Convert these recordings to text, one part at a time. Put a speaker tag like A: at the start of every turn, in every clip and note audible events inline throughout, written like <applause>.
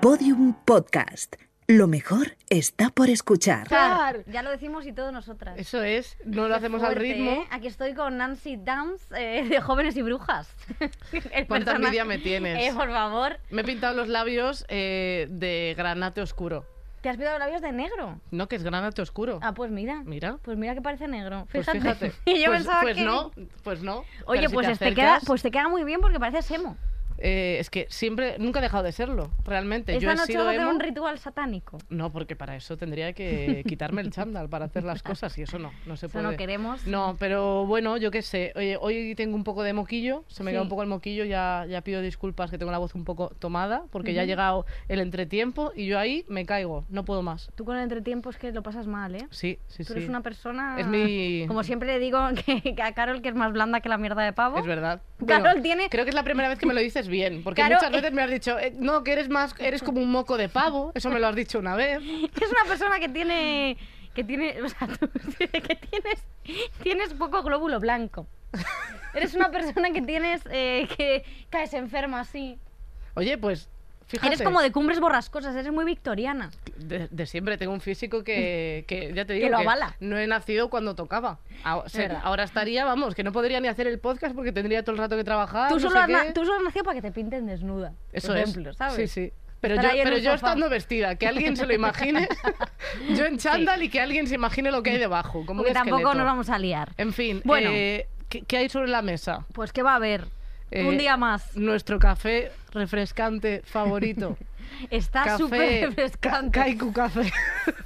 A: Podium Podcast. Lo mejor está por escuchar.
B: Tar. Ya lo decimos y todos nosotras.
C: Eso es, no lo
B: Qué
C: hacemos al
B: fuerte,
C: ritmo.
B: ¿eh? Aquí estoy con Nancy Downs eh, de Jóvenes y Brujas. <laughs> El
C: ¿Cuánta
B: personaje-
C: envidia
B: <laughs>
C: me tienes?
B: Eh, por favor,
C: Me he pintado los labios eh, de granate oscuro.
B: te has pintado los labios de negro.
C: No, que es granate oscuro.
B: Ah, pues mira.
C: Mira,
B: Pues mira que parece negro.
C: pues
B: Fíjate.
C: fíjate.
B: <laughs> Y yo
C: pues,
B: pensaba
C: pues
B: que-
C: no, pues no.
B: Oye,
C: Pero si
B: pues,
C: te
B: este queda,
C: acercas,
B: pues te queda muy bien porque parece emo.
C: eh, es que siempre, nunca he dejado de serlo, realmente.
B: Esta
C: Yo he
B: noche
C: sido
B: vamos a hacer
C: emo-
B: un ritual satánico.
C: No, porque para eso
B: <laughs>
C: tendría que quitarme el chándal para hacer las cosas y eso no, no se
B: Eso
C: puede.
B: no queremos.
C: No, pero bueno, yo qué sé. Oye, hoy tengo un poco de moquillo, se me
B: Sí.
C: queda un poco el moquillo, ya, ya pido disculpas que tengo la voz un poco tomada, porque ya ha
B: Ujú.
C: llegado el entretiempo y yo ahí me caigo, no puedo más.
B: Tú con el entretiempo es que lo pasas mal, ¿eh?
C: Sí, sí,
B: Tú
C: sí.
B: eres una persona...
C: Es mi-
B: Como siempre le digo <laughs> que, que a Carol que es más blanda que la mierda de pavo.
C: Es verdad.
B: Carol
C: Bueno,
B: tiene-
C: Creo que es la primera vez que me lo dices bien, porque
B: Claro,
C: muchas
B: eh.
C: veces me has dicho, eh, no, que eres más, eres como un moco de pavo, eso me lo has dicho una vez.
B: <laughs> Es una persona que tiene. que tiene. O sea, tú- <laughs> que tienes. tienes poco glóbulo blanco. Eres una persona que tienes. eh, que caes enferma así.
C: Oye, pues, fíjate.
B: Eres como de cumbres borrascosas, eres muy victoriana.
C: De, de siempre tengo un físico que, que ya
B: <laughs>
C: te
B: Que
C: digo
B: lo avala.
C: no he nacido cuando tocaba. Ahora,
B: Es verdad.
C: ahora estaría, vamos, que no podría ni hacer el podcast porque tendría todo el rato que trabajar.
B: tú,
C: Ah, no
B: solo
C: sé
B: has na-
C: qué.
B: tú solo has nacido para que te pinten desnuda.
C: Eso
B: por
C: es.
B: ejemplo, ¿sabes?
C: Sí, sí. Pero yo,
B: Estar ahí en
C: pero
B: un
C: yo
B: sofá.
C: estando vestida, que alguien se
B: <laughs>
C: lo imagine. <laughs> yo en chándal y que alguien se imagine lo que hay debajo. Como
B: Porque
C: un
B: tampoco
C: esqueleto.
B: nos vamos a liar.
C: En fin,
B: Bueno.
C: eh, ¿qué, qué hay sobre la mesa?
B: Pues qué va a haber.
C: Eh,
B: Un día más.
C: Nuestro café refrescante favorito.
B: <laughs> Está
C: café.
B: súper
C: ca-
B: refrescante.
C: Kaiku Café. <laughs>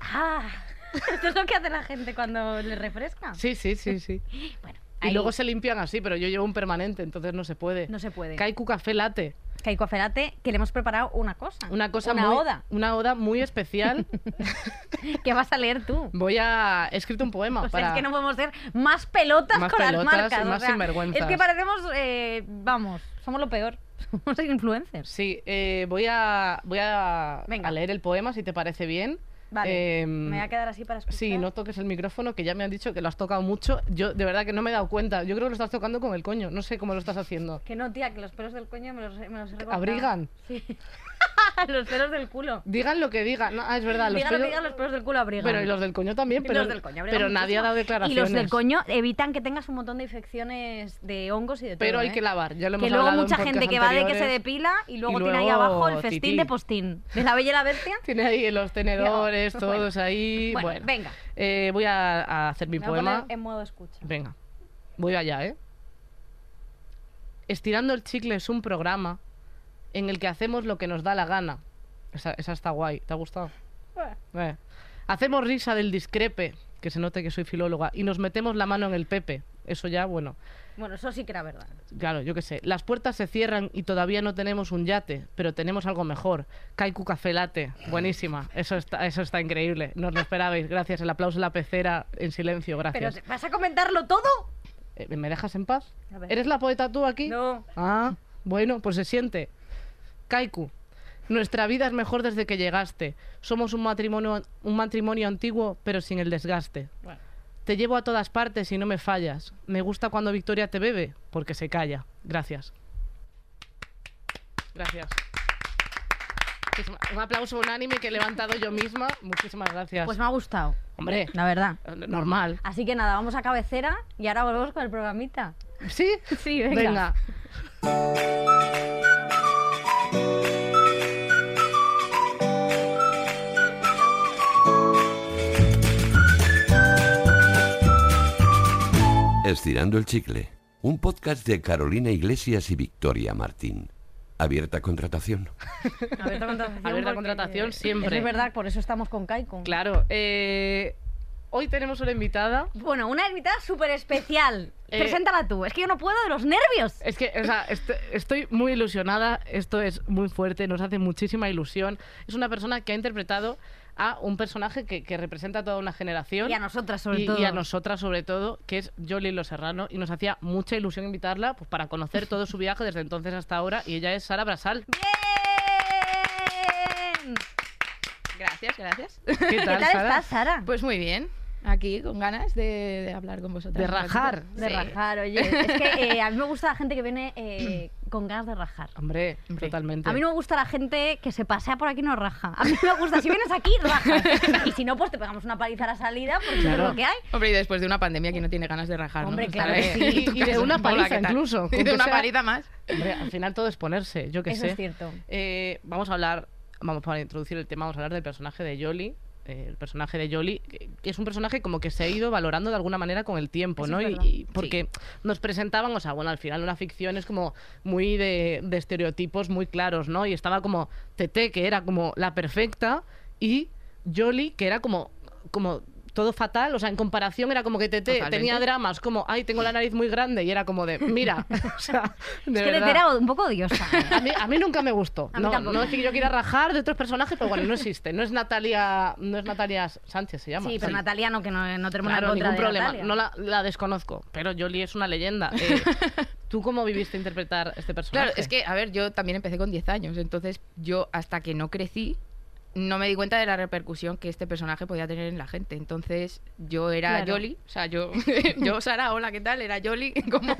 B: Ah, <laughs> esto es lo que hace la gente cuando le refresca.
C: Sí, sí, sí, sí.
B: Bueno,
C: Y
B: ahí
C: luego se limpian así, pero yo llevo un permanente, entonces no se puede.
B: no se puede.
C: Kaiku Café Latte.
B: Caico Aferate, que le hemos preparado una cosa.
C: Una cosa
B: Ah, Una
C: muy, <laughs>
B: oda
C: Una oda
B: <laughs>
C: muy especial.
B: que vas a leer <laughs> tú.
C: Voy a. He escrito un poema
B: O sea,
C: para.
B: es que no podemos ser más pelotas
C: Más
B: con las
C: pelotas y
B: marcas. o
C: más
B: sea,
C: sinvergüenzas.
B: Es que parecemos, eh, vamos, somos lo peor. <laughs> Somos influencers.
C: Sí, eh, voy a. Voy a,
B: Venga.
C: a leer el poema si te parece bien.
B: Vale.
C: Em,
B: Me voy a quedar así para escuchar.
C: Sí, no toques el micrófono, que ya me han dicho que lo has tocado mucho. Yo de verdad que no me he dado cuenta. Yo creo que lo estás tocando con el coño. No sé cómo lo estás haciendo.
B: Que no, tía, que los pelos del coño me los, me los he recortado.
C: Abrigan.
B: Sí. <laughs> los pelos del culo.
C: Digan lo que digan. No, ah, es verdad. Los
B: Dígalo que
C: pelos-
B: digan, los pelos del culo abrigan.
C: Pero y los del coño también.
B: Y
C: Pero,
B: los del coño abrigan
C: pero nadie
B: muchísimo.
C: ha dado declaraciones.
B: Y los del coño evitan que tengas un montón de infecciones de hongos y de todo.
C: Pero hay
B: ¿eh?
C: que lavar. Ya lo hemos
B: que luego
C: hablado en
B: mucha gente
C: podcasts
B: que va de que se
C: anteriores.
B: depila y luego,
C: Y
B: tiene ahí
C: luego
B: abajo el festín
C: tití.
B: de postín. ¿De la bella y la bestia?
C: Tiene ahí los tenedores, todos ahí.
B: Bueno,
C: Bueno,
B: venga.
C: Eh, voy a, a hacer mi
B: Me voy a
C: poema.
B: poner en modo escucha.
C: Venga, voy allá, ¿eh? Estirando el chicle es un programa en el que hacemos lo que nos da la gana. Esa, esa está guay, ¿te ha gustado? Eh. Hacemos risa del discrepe, que se note que soy filóloga, y nos metemos la mano en el pepe. Eso ya, bueno.
B: Bueno, eso sí que era verdad.
C: Claro, yo qué sé. Las puertas se cierran y todavía no tenemos un yate, pero tenemos algo mejor. Kaiku Café Latte. Buenísima. Eso está, eso está increíble. No os lo esperabais. Gracias. El aplauso en la pecera en silencio.
B: Pero
C: Gracias.
B: ¿te- ¿vas a comentarlo todo?
C: Eh, ¿Me dejas en paz?
B: A ver.
C: ¿Eres la poeta tú aquí?
B: No.
C: Ah, bueno, pues se siente. Kaiku, nuestra vida es mejor desde que llegaste. Somos un matrimonio, un matrimonio antiguo, pero sin el desgaste.
B: Bueno.
C: Te llevo a todas partes y no me fallas. Me gusta cuando Victoria te bebe, porque se calla. Gracias. Gracias. Muchísima- Un aplauso unánime que he levantado yo misma. Muchísimas gracias.
B: Pues me ha gustado,
C: Hombre,
B: la verdad.
C: normal.
B: Así que nada, vamos a cabecera y ahora volvemos con el programita.
C: <laughs> ¿Sí?
B: Sí, venga.
C: venga.
D: Estirando el chicle, un podcast de Carolina Iglesias y Victoria Martín. Abierta contratación.
B: Abierta contratación.
C: Abierta
B: porque-
C: contratación siempre.
B: Es verdad, por eso estamos con Kaiku.
C: Claro. eh, hoy tenemos una invitada.
B: Bueno, una invitada súper especial.
C: Eh,
B: Preséntala tú. Es que yo no puedo de los nervios.
C: Es que, o sea, est- estoy muy ilusionada. Esto es muy fuerte, nos hace muchísima ilusión. Es una persona que ha interpretado a un personaje que, que representa a toda una generación.
B: Y a nosotras, sobre
C: y-
B: todo.
C: y a nosotras, sobre todo, que es Jolie Lo Serrano. Y nos hacía mucha ilusión invitarla pues, para conocer todo su viaje desde entonces hasta ahora. Y ella es
B: <laughs>
C: Sara Brasal.
B: ¡Bien!
E: Gracias, gracias.
C: ¿Qué
B: ¿Qué
C: tal,
B: tal
C: Sara?
B: estás, Sara?
E: Pues <laughs> muy bien, aquí con ganas de, de hablar con vosotras.
C: De
E: un ratito.
C: rajar.
B: De
E: Pues, Sí.
B: rajar, oye. Es que eh, a mí me gusta la gente que viene eh, con ganas de rajar.
C: Hombre,
E: Hombre.
C: totalmente.
B: A mí no me gusta la gente que se pasea por aquí y no raja. A mí me gusta, si vienes aquí, rajas. Y si no, pues te pegamos una paliza a la salida porque
C: Claro.
B: es lo que hay.
E: Hombre, y después de una pandemia, ¿quién no tiene ganas de rajar? no?
B: Hombre,
E: Estar
B: claro que
E: ahí
B: sí.
E: <laughs> en tu
C: Y de
E: casa,
C: una
E: hola,
C: paliza
E: ¿qué tal?
C: incluso,
E: Y
C: con que
E: de una
C: sea-
E: paliza más.
C: Hombre, al final todo es ponerse, yo qué
B: Eso
C: sé.
B: es cierto.
C: Eh, vamos a hablar, vamos para introducir el tema, vamos a hablar del personaje de Jolly. Eh, el personaje de Jolly, que que es un personaje como que se ha ido valorando de alguna manera con el tiempo,
B: Eso
C: ¿no?
B: es
C: Y,
B: verdad.
C: y porque nos presentaban, o sea, bueno, al final una ficción es como muy de, de estereotipos muy claros, ¿no? Y estaba como Tete, que era como la perfecta, y Jolly, que era como, como todo fatal, o sea, en comparación era como que Tete
E: Totalmente.
C: tenía dramas, como, ay, tengo la nariz muy grande, y era como de, mira, <laughs> o sea, de
B: es que
C: verdad.
B: Tete era un poco odiosa.
C: A mí, a mí nunca me gustó.
B: A mí
C: no,
B: tampoco.
C: no es que yo quiera rajar de otros personajes, pero bueno, no existe. No es Natalia, no es Natalia Sánchez, se llama.
B: Sí, pero Natalia no, que no, no tenemos nada en
C: Claro,
B: contra
C: ningún
B: de
C: problema.
B: Natalia.
C: No la, la desconozco, pero Jolie es una leyenda.
B: <laughs>
C: Eh, ¿Tú cómo viviste interpretar este personaje?
E: Claro, es que, a ver, yo también empecé con 10 años, entonces yo hasta que no crecí no me di cuenta de la repercusión que este personaje podía tener en la gente. Entonces yo era
B: Claro.
E: Jolly, o sea, yo, <laughs> yo Sara, hola, ¿qué tal? Era Jolly <laughs> como,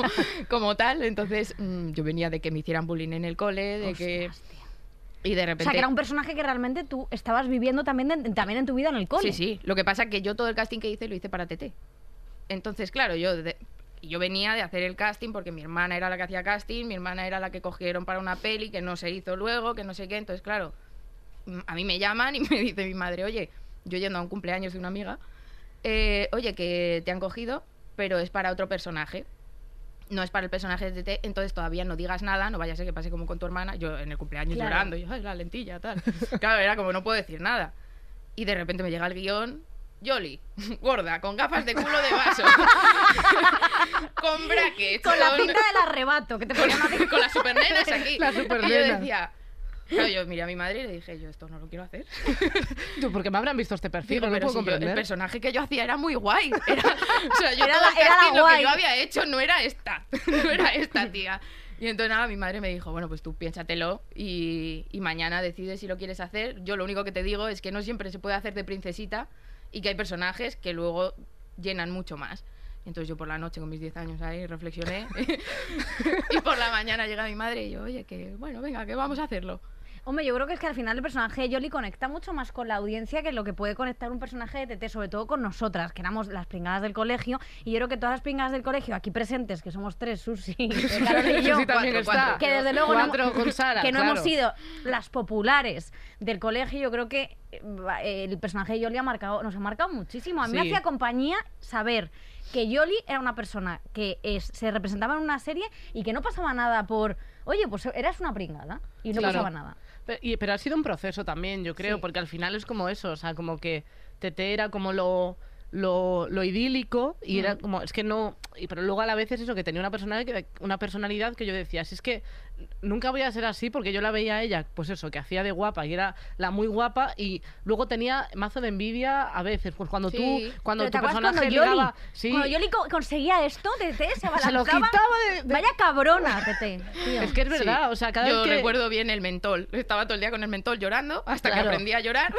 E: como tal. Entonces mm, yo venía de que me hicieran bullying en el cole, de que...
B: Ostras, tía.
E: Y de
B: O
E: repente...
B: sea, que era un personaje que realmente tú estabas viviendo también, de- también en tu vida en el cole.
E: Sí, sí. Lo que pasa es que yo todo el casting que hice lo hice para TT. Entonces, claro, yo, de- yo venía de hacer el casting porque mi hermana era la que hacía casting, mi hermana era la que cogieron para una peli que no se hizo luego, que no sé qué. Entonces, claro, mm, a mí me llaman y <laughs> me dice mi madre, oye, yo yendo a un cumpleaños de una amiga, eh, oye, que te han cogido, pero es para otro personaje. No es para el personaje de TT, entonces todavía no digas nada, no vaya a ser que pase como con tu hermana, yo en el cumpleaños
B: Claro.
E: llorando, y yo, ay, la lentilla, tal. <laughs> claro, era como no puedo decir nada. Y de repente me llega el guión. Jolly, <laughs> gorda, con gafas de culo
B: <laughs>
E: de vaso. con brackets.
B: Con la pinta del arrebato, que te
E: <laughs> con,
B: ponían a ti.
E: con las supernenas aquí.
C: La
E: Y yo
C: supernena.
E: decía... Claro, yo miré a mi madre y le dije, yo esto no lo quiero hacer.
C: Tú, porque me habrán visto este perfil,
E: Digo,
C: no lo
E: pero
C: puedo
E: si yo- eh, el
C: comprender.
E: personaje que yo hacía era muy guay. <laughs> Era, o sea, yo
B: Era
E: todo
B: la-
E: el
B: era la
E: casting lo
B: guay.
E: que yo había hecho no era esta. <laughs> No era esta tía. Y entonces nada, mi madre me dijo, bueno, pues tú piénsatelo y, y mañana decides si lo quieres hacer. Yo lo único que te digo es que no siempre se puede hacer de princesita y que hay personajes que luego llenan mucho más. Y entonces yo por la noche con mis 10 años ahí reflexioné <laughs> y por la mañana llega mi madre y yo, oye, que bueno, venga, que vamos a hacerlo.
B: Hombre, yo creo que es que al final el personaje de Jolly conecta mucho más con la audiencia que lo que puede conectar un personaje de Tete, sobre todo con nosotras, que éramos las pringadas del colegio. Y yo creo que todas las pringadas del colegio aquí presentes, que somos tres,
C: <laughs>
B: Susi, eh, Carol y yo,
C: Sí, también
E: cuatro,
C: está.
E: cuatro.
B: que desde luego no,
C: Cuatro
B: hemos-
C: con Sara,
B: que no
C: claro.
B: hemos sido las populares del colegio, yo creo que eh, va- eh, el personaje de Yoli ha marcado, nos ha marcado muchísimo. A mí me
C: Sí.
B: hacía compañía saber que Yoli era una persona que es- se representaba en una serie y que no pasaba nada por, oye, pues eras una pringada y no
C: Claro.
B: pasaba nada.
C: Pero, y- pero ha sido un proceso también, yo creo,
B: Sí.
C: porque al final es como eso, o sea, como que Tete era como lo, lo, lo idílico y era como, es que no, y, pero luego a la vez es eso, que tenía una personalidad, que, una personalidad que yo decía, si es que nunca voy a ser así porque yo la veía a ella, pues eso, que hacía de guapa y era la muy guapa y luego tenía mazo de envidia a veces, pues cuando
E: Sí.
C: tú, cuando
B: Pero ¿te
C: tu
B: acuerdas
C: personaje
B: cuando Yoli,
C: ligaba, sí,
B: cuando Yoli co- conseguía esto, Tete se abalanzaba.
C: se lo quitaba de... de-
B: Vaya cabrona, Tete. tío.
C: Es que es verdad, o sea, cada
E: Yo
C: vez que...
E: recuerdo bien el mentol. Estaba todo el día con el mentol llorando hasta
C: Claro.
E: que aprendí
C: <laughs>
E: a llorar.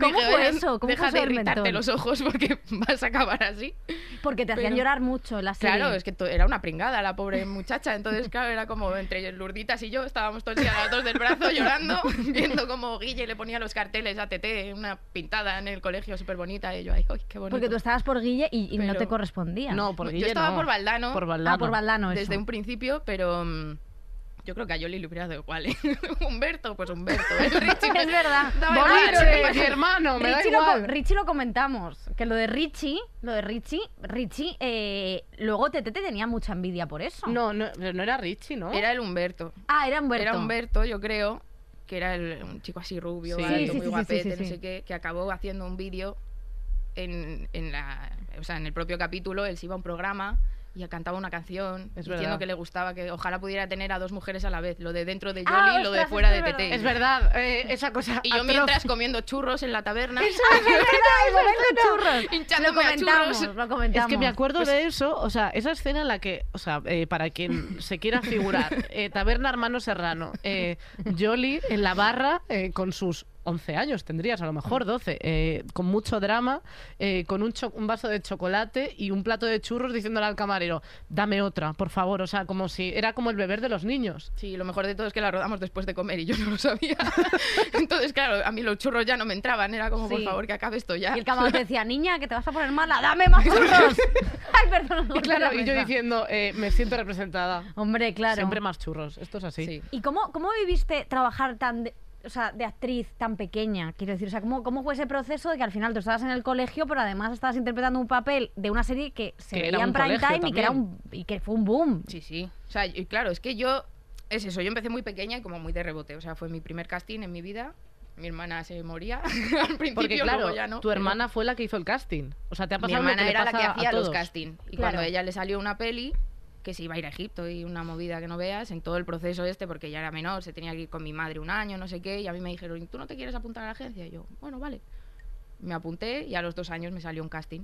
B: ¿Cómo
E: Dije,
B: fue
E: "Oye,
B: eso? ¿Cómo
E: deja
B: fue
E: de
B: eso del
E: irritarte
B: mentol?"
E: los ojos porque <laughs> vas a acabar así.
B: Porque te hacían
E: pero-
B: llorar mucho en la serie.
E: Claro, es que to- era una pringada la pobre muchacha. Entonces, claro, era como entre Lurditas y yo estábamos todos los dos del
C: <laughs>
E: brazo llorando, viendo como Guille le ponía los carteles a TT, una pintada en el colegio súper bonita. Y yo, ay, ay, qué bonito.
B: Porque tú estabas por Guille y, y no
E: Pero-
B: te correspondía.
C: No, por
E: Yo
C: Guille
E: estaba
C: no.
E: por Valdano.
C: Por
E: Ah,
C: Valdano.
B: Ah, por Valdano, eso. <laughs>
E: desde un principio, pero mm, yo creo que a Yoli le hubiera dado igual. ¿eh? <laughs> Humberto, pues Humberto.
C: <laughs>
E: El Richie,
B: Es
E: pues,
B: verdad. Ah,
E: daba
C: Bonito,
E: igual,
C: de
E: ¿qué pasa?
C: mi hermano, me da
B: Richie lo, co-
C: igual.
B: Richie lo comentamos, que lo de Richie, lo de Richie, Richie, eh, luego Tete te tenía mucha envidia por eso.
C: No, no, pero no era Richie, ¿no?
E: Era el Humberto.
B: Ah, era Humberto. <laughs>
E: Era Humberto, yo creo, que era el- un chico así rubio,
C: Sí.
E: alto,
C: Sí, sí,
E: muy
B: sí, sí,
E: guapete,
B: sí,
E: no
B: sí.
E: sé qué, que acabó haciendo un vídeo en, en la, o sea, en el propio capítulo. Él se iba a un programa y cantaba una canción
C: Es
E: diciendo
C: verdad.
E: que le gustaba, que ojalá pudiera tener a dos mujeres a la vez, lo de dentro de Yoli
B: Ah,
E: y lo de
B: ostras,
E: fuera
B: esto
E: de
B: es
E: TT.
C: Es verdad, eh, esa cosa.
E: Mm. Y yo
C: atroz.
E: mientras comiendo churros en la
C: <laughs>
E: taberna.
B: Ay, Humberto Churros.
E: Hinchándome
B: lo
E: a
B: comentamos,
E: churros.
B: lo
C: Es
B: comentamos.
C: que me acuerdo
E: Pues
C: de eso, o sea, esa escena en la que, o sea, eh, para
E: <clears throat>
C: quien se quiera figurar, eh, Taberna Hermano Serrano, eh, Jolly en la barra eh, con sus 11 años tendrías, a lo mejor 12, eh, con mucho drama, eh, con un, cho- un vaso de chocolate y un plato de churros diciéndole al camarero, dame otra, por favor. O sea, como si era como el beber de los <laughs> niños.
E: Sí, lo mejor de todo es que la rodamos después de comer y yo no lo sabía. <laughs> Entonces, claro, a mí los churros ya no me entraban. Era como, por
B: Sí.
E: favor, que acabe esto ya.
C: <laughs>
B: Y el camarón te decía, niña, que te vas a poner mala, dame más churros. <laughs> Ay, perdón.
C: Y claro, y yo
B: vergüenza.
C: diciendo, eh, me siento representada.
B: Hombre, claro.
C: Siempre más churros, esto es así.
E: Sí.
B: ¿Y cómo, cómo viviste trabajar tan de, o sea, de actriz tan pequeña? Quiero decir, o sea, ¿cómo, ¿cómo fue ese proceso de que al final tú estabas en el colegio, pero además estabas interpretando un papel de una serie que se
C: Que era
B: veía en
C: un
B: prime
C: colegio
B: time y que, era
C: también.
B: un, y que fue un boom?
E: Sí, sí. O sea, y claro, es que yo. Es eso, yo empecé muy pequeña y como muy de rebote. O sea, fue mi primer casting en mi vida. Mi hermana se moría <laughs> al principio,
C: Porque claro,
E: luego ya no.
C: tu
E: pero-
C: hermana fue la que hizo el casting. O sea, te ha
E: Mi
C: pasado lo
E: hermana
C: que le
E: era la que
C: pasa a
E: hacía los
C: todos.
E: castings. Y
B: Claro.
E: cuando a ella le salió una peli que se iba a ir a Egipto y una movida que no veas en todo el proceso este, porque ya era menor, se tenía que ir con mi madre un año, no sé qué, y a mí me dijeron, ¿tú no te quieres apuntar a la agencia? Y yo, bueno, vale. Me apunté y a los dos años me salió un casting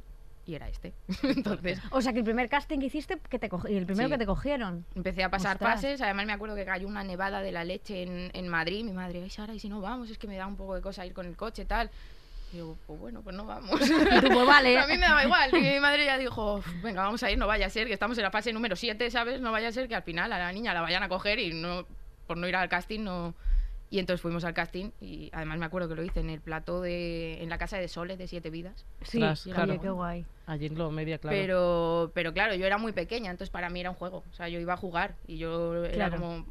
E: y era este. <laughs> Entonces
B: O sea, que el primer casting que hiciste, que te cog- y el primero
E: Sí.
B: que te cogieron.
E: Empecé a pasar
B: Ostras.
E: pases, además me acuerdo que cayó una nevada de la leche en, en Madrid, mi madre, ay Sara, y si no vamos, es que me da un poco de cosa ir con el coche, tal. Y yo, pues bueno, pues no
C: <laughs>
E: vamos.
B: Y tú, pues vale.
E: a mí me daba igual, y mi madre ya dijo, "Uf, venga, vamos a ir, no vaya a ser, que estamos en la fase número 7, ¿sabes? No vaya a ser que al final a la niña la vayan a coger y no por no ir al casting no... Y entonces fuimos al casting y además me acuerdo que lo hice en el plató de... en la casa de Soles de Siete Vidas.
B: <laughs> Sí,
C: Ostras,
B: oye,
C: claro.
B: qué guay.
C: Allí en Globomedia, claro.
E: Pero, pero claro, yo era muy pequeña, entonces para mí era un juego. O sea, yo iba a jugar y yo era
B: Claro.
E: como,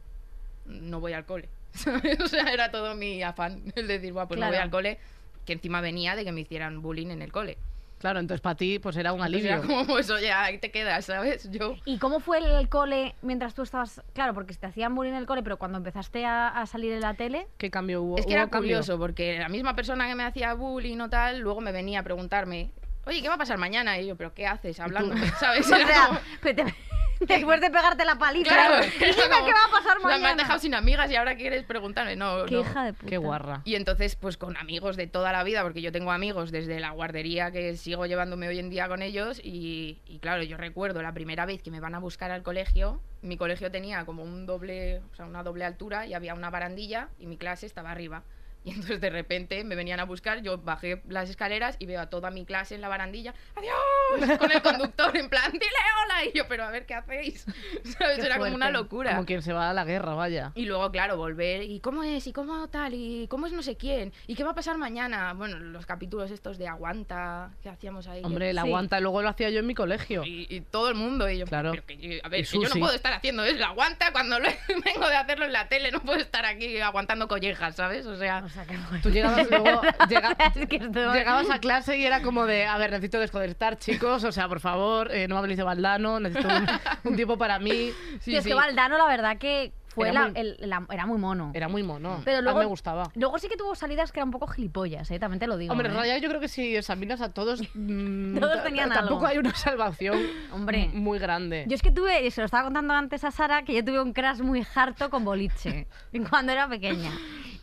E: no voy al cole. <laughs> ¿sabes? O sea, era todo mi afán, el decir, "Buah, pues no voy
B: Claro.
E: al cole, que encima venía de que me hicieran bullying en el cole.
C: Claro, entonces para ti pues era un
E: Entonces <laughs> era
C: alivio.
E: como, pues oye, ahí te quedas, ¿sabes? Yo...
B: ¿Y cómo fue el cole mientras tú estabas? Claro, porque te hacían bullying en el cole, pero cuando empezaste a, a salir en la
C: <laughs>
B: tele,
C: ¿Qué cambio hubo?
E: Es que
C: ¿Hubo
E: era
C: cambio?
E: curioso, porque la misma persona que me hacía bullying o tal, luego me venía a preguntarme, oye, ¿qué va a pasar mañana? Y yo, ¿pero qué haces hablando? <laughs> ¿Sabes?
B: <laughs> O
E: Era como-
B: sea, que te- <laughs> después de pegarte la paliza,
C: <laughs>
E: Claro,
B: ¿y dime
E: era como,
B: qué va a pasar
E: "O sea,
B: mañana.
E: Me has dejado sin amigas y ahora quieres preguntarme. No,
B: Qué
E: no.
B: hija de puta.
C: Qué guarra.
E: Y entonces, pues con amigos de toda la vida, porque yo tengo amigos desde la guardería que sigo llevándome hoy en día con ellos. Y, y claro, yo recuerdo la primera vez que me van a buscar al colegio. Mi colegio tenía como un doble, o sea, una doble altura y había una barandilla y mi clase estaba arriba. Y entonces de repente me venían a buscar, yo bajé las escaleras y veo a toda mi clase en la barandilla, ¡adiós! Con el conductor en plan, dile hola. Y yo, pero a ver qué hacéis. <laughs> ¿Sabes?
B: Qué
E: Era como una
B: fuerte.
E: locura.
C: Como quien se va a la guerra, vaya.
E: Y luego, claro, volver. ¿Y cómo es? ¿Y cómo tal? ¿Y cómo es no sé quién? ¿Y qué va a pasar mañana? Bueno, los capítulos estos de Aguanta que hacíamos ahí. que-
C: Hombre, el
B: Sí.
C: aguanta, luego lo hacía yo en mi colegio.
E: Y, y todo el mundo. Y yo,
C: Claro.
E: pero que yo- a ver,
C: Y
E: que yo no
C: Susi.
E: puedo estar haciendo eso. Aguanta cuando lo- <laughs> vengo de hacerlo en la tele. No puedo estar aquí aguantando collejas, ¿sabes? O sea,
B: O sea, qué guay.
C: Tú
E: <laughs>
C: llegabas luego, llega-
B: <laughs> Es que esto-
C: llegabas a clase y era como de, a ver, necesito desconectar, chicos, o sea, por favor, eh, no me habléis de Valdano, necesito
E: <laughs>
C: un, un tiempo para mí.
E: sí,
B: Tío, es
E: sí.
B: que Valdano, la verdad que fue
C: Era
B: la-
C: muy-
B: el- la- era muy mono.
C: Era muy mono,
B: Pero luego-
C: a mí me gustaba.
B: Luego sí que tuvo salidas que eran un poco gilipollas, ¿eh? también te lo digo.
C: Hombre,
B: ¿eh?
C: en realidad yo creo que si examinas a
B: <laughs>
C: todos, mm,
B: Todos
C: ta-
B: tenían algo.
C: tampoco hay una salvación
B: Hombre.
C: m- muy grande.
B: Yo es que tuve, y se lo estaba contando antes a Sara, que yo tuve un crash muy harto con boliche <laughs> cuando era pequeña.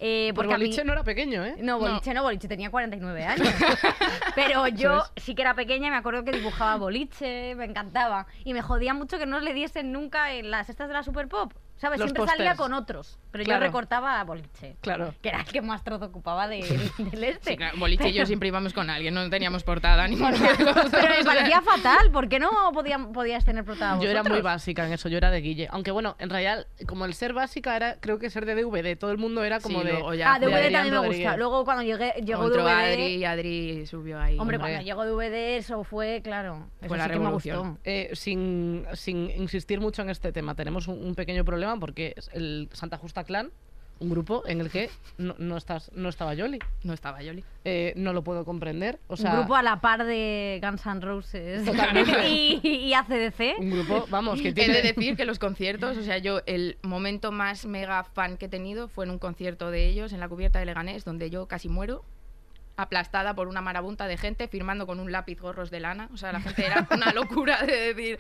B: Eh,
C: Porque
B: porque a mí-
C: Boliche no era pequeño, ¿eh?
B: No, boliche no. boliche tenía
C: <laughs>
B: 49 años. Pero yo sí que era pequeña y me acuerdo que dibujaba boliche, me encantaba. Y me jodía mucho que no le diesen nunca en las estas de la Super Pop. ¿Sabes?
C: Los
B: Siempre salía
C: pósters.
B: con otros, pero
C: Claro.
B: yo recortaba a boliche.
C: Claro.
B: Que era el que más trozo ocupaba de- <laughs> del este.
E: Sí, claro, boliche y yo siempre íbamos con alguien. No teníamos portada ni <laughs> cualquier cosa,
B: Pero
C: <laughs>
E: o
B: me
E: sea.
B: parecía fatal, ¿por qué no podía- podías tener protagonismo?
C: Yo era muy básica en eso, yo era de Guille. Aunque bueno, en realidad, como el ser básica era, creo que ser de DVD, todo el mundo era como
E: Sí,
C: de.
E: luego ya
B: Ah, DVD
E: fue
C: Adrián
B: también me gusta.
C: Rodríguez.
B: Luego cuando llegué, llegó
E: Entró
B: DVD...
E: Adri y Adri subió ahí.
B: Hombre,
C: Hombre.
B: cuando llegó DVD eso fue, claro, eso
E: la
B: sí que me
E: revolución.
B: gustó.
C: Eh, sin, sin insistir mucho en este tema, tenemos un, un pequeño problema porque es el Santa Justa Clan, un grupo en el que no, no estás, no estaba Yoli.
E: No estaba Yoli.
C: Eh, no lo puedo comprender. O sea,
B: un grupo a la par de Guns N' Roses <laughs>
C: Totalmente.
B: y, y ACDC.
C: un grupo,
B: <laughs>
C: vamos, que
E: He
C: tiene.
E: de decir que los conciertos, o sea, yo el momento más mega fan que he tenido fue en un concierto de ellos en la cubierta de Leganés, donde yo casi muero, aplastada por una marabunta de gente, firmando con un lápiz gorros de lana. O sea, la gente era
C: <laughs>
E: una locura de decir.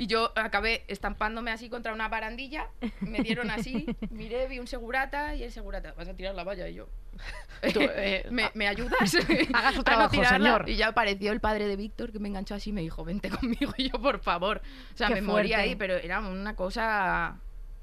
E: Y yo acabé estampándome así contra una barandilla, me dieron así, miré, vi un segurata y el segurata, vas a tirar la valla y yo. <laughs>
C: Tú, eh,
E: ¿Me,
C: <laughs>
E: me ayudas?
C: <laughs> Haga su
E: a Ah, no
C: trabajo,
E: tirarla?
C: señor.
E: Y ya apareció el padre de Víctor que me enganchó así y <laughs> me dijo, vente conmigo. Y yo, por favor. O sea,
B: Qué
E: me moría
B: fuerte.
E: ahí, pero era una cosa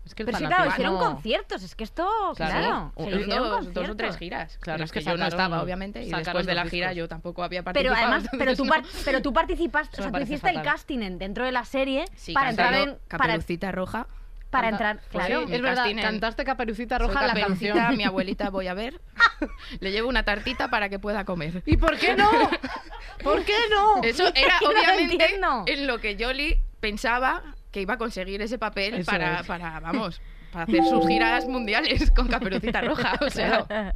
C: Es que el
B: Pero sí, claro,
C: fanatismo-
B: hicieron conciertos, es que esto, claro,
C: Claro,
B: se
C: sí.
E: Pero
B: hicieron
E: dos, dos o
B: conciertos.
E: tres giras.
C: Claro,
E: En
C: es
E: las
C: que
E: yo no
C: sacaron-
E: estaba, obviamente, y
C: sacaron
E: después de
C: los
E: la
C: discos.
E: gira yo tampoco había
B: Pero
E: participado.
B: además, pero
E: <laughs> entonces
B: tú,
E: no.
B: par- pero tú participaste,
C: Eso
B: o sea,
C: me
B: tú
C: parece
B: hiciste el
C: fatal.
B: casting en- dentro de la serie
E: Sí,
B: para entrar
E: cantando
B: en para,
E: Caperucita Roja.
B: para
E: Canta-
B: entrar,
E: Pues
B: claro.
E: sí,
C: Es
E: mi
C: verdad,
E: casting en-
C: cantaste Caperucita Roja
E: Soy
C: la
E: Caperucita,
C: canción.
E: mi abuelita voy a ver. <laughs> Le llevo una tartita para que pueda comer.
C: ¿Y por qué no? ¿Por qué no?
E: Eso era
B: no lo
E: obviamente
B: entiendo.
E: en lo que Jolly pensaba que iba a conseguir ese papel
C: Eso
E: para,
C: es.
E: para, vamos, para hacer sus giras mundiales con Caperucita Roja. O sea,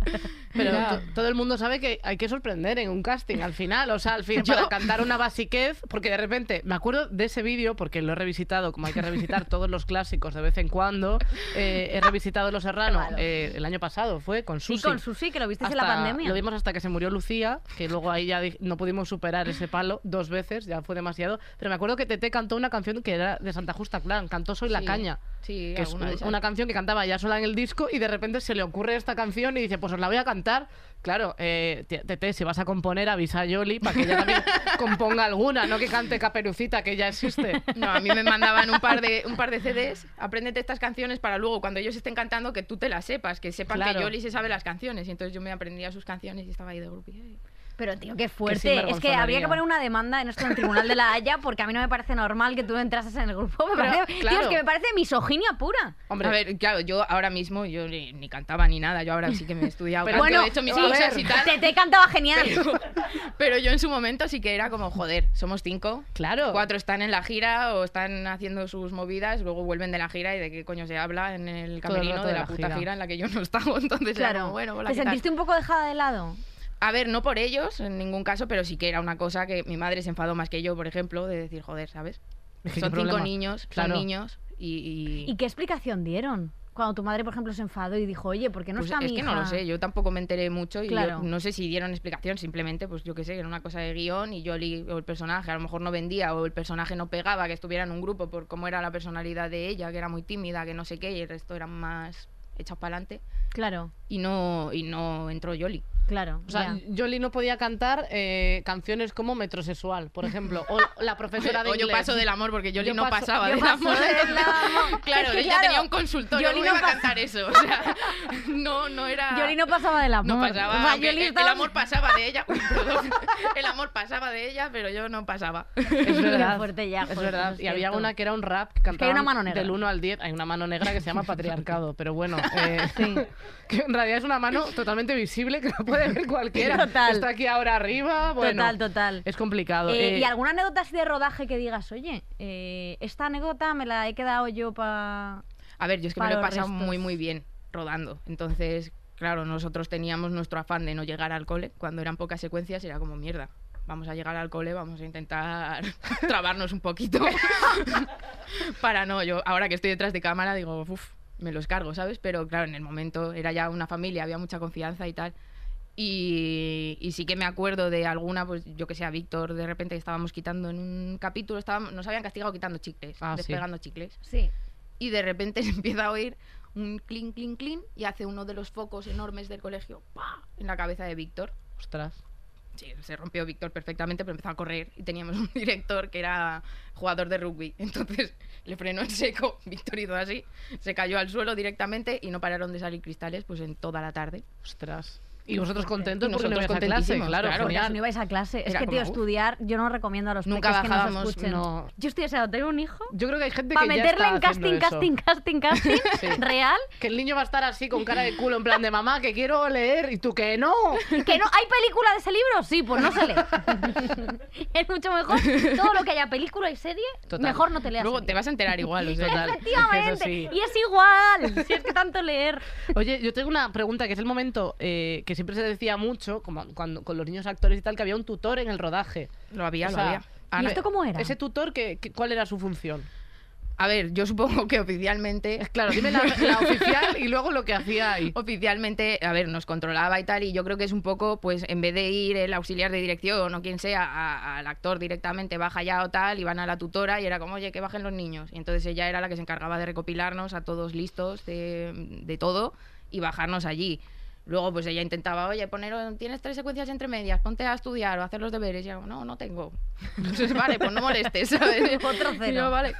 C: Pero
E: Mira.
C: to- todo el mundo sabe que hay que sorprender en un casting al final. O sea, al fin,
E: Yo-
C: para cantar una basiquez. Porque de repente, me acuerdo de ese vídeo, porque lo he revisitado, como hay que revisitar todos los clásicos de vez en cuando. eh, he revisitado Los Serrano
B: malo.
C: eh, el año pasado, fue con
B: Y
C: Susi.
B: con Susi, que lo visteis en la
C: Hasta-
B: pandemia.
C: Lo vimos hasta que se murió Lucía, que luego ahí ya di- no pudimos superar ese palo dos veces, ya fue demasiado. Pero me acuerdo que Tete cantó una canción que era de Santa Justa Clan, cantó Soy la
E: Sí,
C: Caña.
E: sí,
C: que es
E: alguna de
C: un-
E: esas.
C: una canción que cantaba ya sola en el disco y de repente se le ocurre esta canción y dice, pues os la voy a cantar. Claro, eh, t- Tete, si vas a componer, avisa a Yoli para que ella <laughs> también componga alguna, no que cante Caperucita, que ya <laughs> existe.
E: No, a mí me mandaban un par de un par de CDs, apréndete estas canciones para luego cuando ellos estén cantando que tú te las sepas, que sepan
C: Claro.
E: que Yoli se sabe las canciones y entonces yo me aprendía sus canciones y estaba ahí de grupi. "Ay".
B: Pero tío, qué
C: Qué
B: fuerte. es que
C: sinvergonzonería.
B: habría que poner una demanda en esto en el Tribunal de la Haya porque a mí no me parece normal que tú entrases en el grupo. Me
E: Pero,
B: parece- Tío, es
E: claro.
B: que me parece misoginia pura.
C: Hombre,
E: A ver, claro, yo ahora mismo yo ni, ni cantaba ni nada, yo ahora sí que me he estudiado.
C: Pero
E: canto,
B: bueno,
E: he hecho mis
B: sí,
E: cosas y tal.
B: te, te cantaba genial.
E: Pero, <laughs> pero yo en su momento sí que era como, joder, somos cinco.
C: Claro.
E: Cuatro están en la gira o están haciendo sus movidas, luego vuelven de la gira y de qué coño se habla en el
C: Todo el
E: camerino
C: rato
E: de,
C: de
E: la,
C: la
E: puta
C: gira.
E: gira. en la que yo no estaba. <laughs> Entonces, era
B: claro.
E: como, bueno, hola,
B: ¿Te
E: ¿qué tal?
B: sentiste un poco dejada de lado?
E: A ver, no por ellos en ningún caso, pero sí que era una cosa que mi madre se enfadó más que yo, por ejemplo, de decir, joder, ¿sabes?
C: Es que
E: Son
C: qué
E: cinco
C: problema.
E: niños,
C: Claro.
E: son niños y... y-
B: ¿Y qué explicación dieron? Cuando tu madre, por ejemplo, se enfadó y dijo, oye, ¿por qué no
E: pues
B: está
E: es
B: mi
E: que no lo
B: hija?"
E: sé, yo tampoco me enteré mucho y yo
B: Claro.
E: no sé si dieron explicación, simplemente, pues yo qué sé, era una cosa de guión y yo li- o el personaje a lo mejor no vendía o el personaje no pegaba que estuviera en un grupo por cómo era la personalidad de ella, que era muy tímida, que no sé qué, y el resto eran más hechas para adelante
B: Claro,
E: y no, y no entró Yoli.
B: claro.
C: O sea,
B: ya.
C: Yoli no podía cantar eh, canciones como Metrosexual, por ejemplo, <laughs> o la profesora de
E: o yo
C: inglés.
E: paso del amor porque Yoli
C: Yo
E: no
C: paso-
E: pasaba
B: yo
E: del
B: paso
E: amor.
B: del
E: entonces-
B: amor.
E: <laughs> Claro,
B: Es que
E: ella
B: claro,
E: tenía un consultorio,
B: Yoli
E: no
B: no
E: iba a
B: pas-
E: cantar eso. O sea, <laughs> no, no era.
B: Yoli no pasaba del amor.
E: No pasaba,
B: O sea,
E: aunque
B: Yoli
E: el, el
B: estaba- <laughs>
E: amor pasaba de ella. <laughs> Uy, perdón. el amor pasaba de ella, pero yo no pasaba.
C: <laughs> Es verdad.
B: Qué fuerte ya,
C: es
B: joder,
C: verdad.
B: es
C: y había
B: cierto.
C: una que era un rap que
B: hay
C: cantaba
B: una mano negra.
C: del 1 al 10. Hay una mano negra que se
B: <laughs>
C: llama patriarcado, pero bueno. eh, <laughs>
B: Sí.
C: Que en realidad es una mano totalmente visible que no puede ver cualquiera.
B: Total.
C: Está aquí ahora arriba. Bueno,
B: Total, total.
C: Es complicado.
B: Eh,
C: Eh,
B: ¿Y alguna anécdota así de rodaje que digas, oye, eh, esta anécdota me la he quedado yo para...
E: A ver, yo es que me
B: Para
E: lo he
B: los
E: pasado
B: restos.
E: muy, muy bien rodando. Entonces, claro, nosotros teníamos nuestro afán de no llegar al cole. Cuando eran pocas secuencias, era como mierda. Vamos a llegar al cole, vamos a intentar <laughs> trabarnos un poquito. <laughs> Para no, yo ahora que estoy detrás de cámara digo, uff, me los cargo, ¿sabes? Pero claro, en el momento era ya una familia, había mucha confianza y tal. Y, y sí que me acuerdo de alguna, pues yo que sé, a Víctor, de repente estábamos quitando en un capítulo, estábamos, nos habían castigado quitando chicles,
C: Ah, sí.
E: despegando chicles
B: Sí.
E: y de repente <laughs> se empieza a oír un clink, clink, clink y hace uno de los focos enormes del colegio ¡pa! en la cabeza de Víctor.
C: Ostras.
E: Sí, se rompió Víctor perfectamente, pero empezó a correr y teníamos un <laughs> director que era jugador de rugby. <laughs> Entonces le frenó en seco, <laughs> Víctor hizo así, se cayó al suelo directamente y no pararon de salir cristales pues en toda la tarde.
C: Ostras. Y vosotros contentos
E: Y
C: porque no
E: nosotros
C: ibais a clase,
E: contentísimos,
C: claro,
E: claro.
B: Porque
C: genial.
B: si no ibais a clase. Es
E: Era
B: que,
E: como,
B: tío,
E: "Uf".
B: estudiar, yo no recomiendo a los
E: Nunca
B: peques que nos
E: bajábamos,
B: escuchen.
C: no.
B: Yo estoy deseando tener un hijo
C: Yo creo que hay gente que
B: para
C: ya
B: meterle
C: está
B: en casting,
C: haciendo eso.
B: casting, casting, casting,
C: Sí.
B: real.
C: Que el niño va a estar así con cara de culo en plan de mamá que quiero leer y tú que
B: <laughs>
C: no.
B: ¿Que no? ¿Hay película de ese libro? Sí, pues no se lee. <laughs> es mucho mejor. Todo lo que haya película y serie,
C: Total.
B: mejor no te leas.
E: Luego
B: el
E: te
B: libro.
E: vas a enterar
B: <laughs>
E: igual, o sea,
C: Total.
B: Efectivamente.
C: Es que eso sí.
B: Y es igual. Si es que tanto leer.
C: Oye, yo tengo una pregunta que es el momento eh, que siempre se decía mucho, como cuando con los niños actores y tal, que había un tutor en el rodaje.
E: lo había,
C: O
E: lo
C: sea,
E: había.
B: ¿Y
E: Ana-
B: esto cómo era?
C: Ese tutor, que, que- ¿cuál era su función?
E: A ver, yo supongo que oficialmente...
C: Es claro, dime la,
E: <laughs>
C: la oficial y luego lo que hacía ahí.
E: oficialmente, a ver, nos controlaba y tal, y yo creo que es un poco, pues, en vez de ir el auxiliar de dirección o quien sea a- al actor directamente, baja ya o tal, y van a la tutora y era como, oye, que bajen los niños. Y entonces ella era la que se encargaba de recopilarnos a todos listos de, de todo y bajarnos allí. Luego, pues ella intentaba, oye, poner, tienes tres secuencias entre medias, ponte a estudiar o a hacer los deberes. Y yo, no, no tengo. <laughs> Entonces, vale, pues no molestes, <laughs> ¿sabes?
B: Otro
E: Y yo,
B: cero.
E: vale.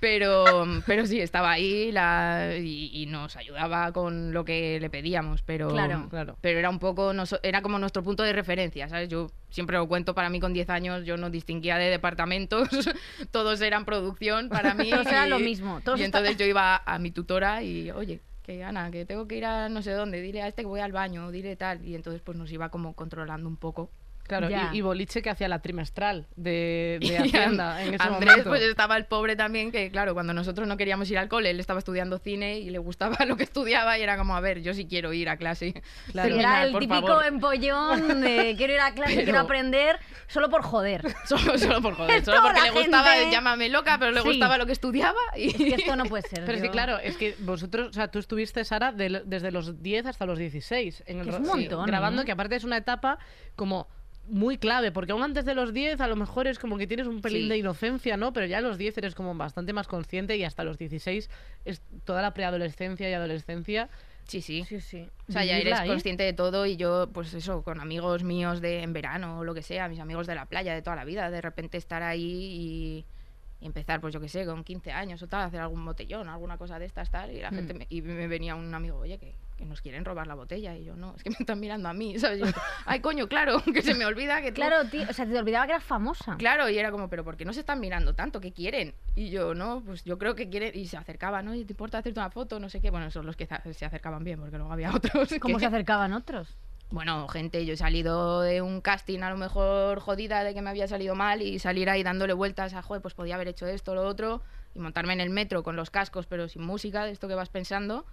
E: Pero, pero sí, estaba ahí la, y, y nos ayudaba con lo que le pedíamos, pero,
B: Claro.
C: Claro.
E: pero era un poco, noso- era como nuestro punto de referencia, ¿sabes? Yo siempre lo cuento, para mí con 10 años yo no distinguía de departamentos, <laughs> todos eran producción para mí.
B: Todos eran
E: y-
B: lo mismo, todos
E: y
B: esta-
E: entonces yo iba a mi tutora y, oye, que Ana, que tengo que ir a no sé dónde, dile a este que voy al baño, dile tal. Y entonces pues nos iba como controlando un poco.
C: Claro,
B: Ya.
C: y, y Boliche que hacía la trimestral de,
B: <laughs>
C: de
E: Y
C: Hacienda
E: An-
C: en ese
E: Andrés,
C: momento.
E: pues estaba el pobre también, que claro, cuando nosotros no queríamos ir al cole, él estaba estudiando cine y le gustaba <laughs> lo que estudiaba y era como, a ver, yo sí quiero ir a clase. <laughs>
C: Claro.
B: Sí,
E: Terminar,
B: era el
E: por
B: típico
E: favor.
B: empollón de quiero ir a clase,
E: Pero-
B: quiero aprender solo por joder.
E: Solo, solo por
B: <laughs>
E: joder, solo
B: Toda
E: porque
B: la
E: le gustaba,
B: gente-
E: llámame loca, pero le
B: Sí.
E: gustaba lo que estudiaba
B: Es que
E: y...
B: esto no puede ser.
C: Pero es que
B: yo-
C: claro, es que vosotros, o sea, tú estuviste, Sara, del- desde los 10 hasta los 16 en el
B: Que es
C: ro-
B: un
C: sí,
B: montón,
C: grabando,
B: ¿eh?
C: que aparte es una etapa como muy clave, porque aún antes de los 10 a lo mejor es como que tienes un pelín
E: Sí.
C: de inocencia, ¿no? Pero ya a los 10 eres como bastante más consciente y hasta los 16 es toda la preadolescencia y adolescencia.
E: <laughs> Sí, sí.
B: Sí, sí. ¿eh?
E: O sea, ya
C: vivirla
E: eres
C: ahí.
E: consciente de todo y yo, pues eso, con amigos míos de en verano o lo que sea, mis amigos de la playa de toda la vida, de repente estar ahí y, y empezar, pues yo qué sé, con 15 años o tal, hacer algún botellón, alguna cosa de estas, tal, y la
C: Mm.
E: gente, me, y me venía un amigo, oye, que, que nos quieren robar la botella, y yo, no, es que me están mirando a mí, <laughs> ¿sabes? Y yo, Ay, coño, claro, <laughs> que se me olvida que tú-
B: Claro, tío, o sea, te olvidaba que eras famosa.
E: Claro, y era como, pero ¿por qué no se están mirando tanto? ¿Qué quieren? Y yo, no, pues yo creo que quieren. Y se acercaban, ¿no? ¿Te importa hacerte una foto? No sé qué. Bueno, son los que za- se acercaban bien, porque luego había <laughs> otros.
B: ¿Cómo
E: que-
B: se acercaban otros?
E: bueno, gente, yo he salido de un casting a lo mejor jodida de que me había salido mal y salir ahí dándole vueltas a, joder, pues podía haber hecho esto, lo otro, y montarme en el metro con los cascos pero sin música, de esto que vas pensando,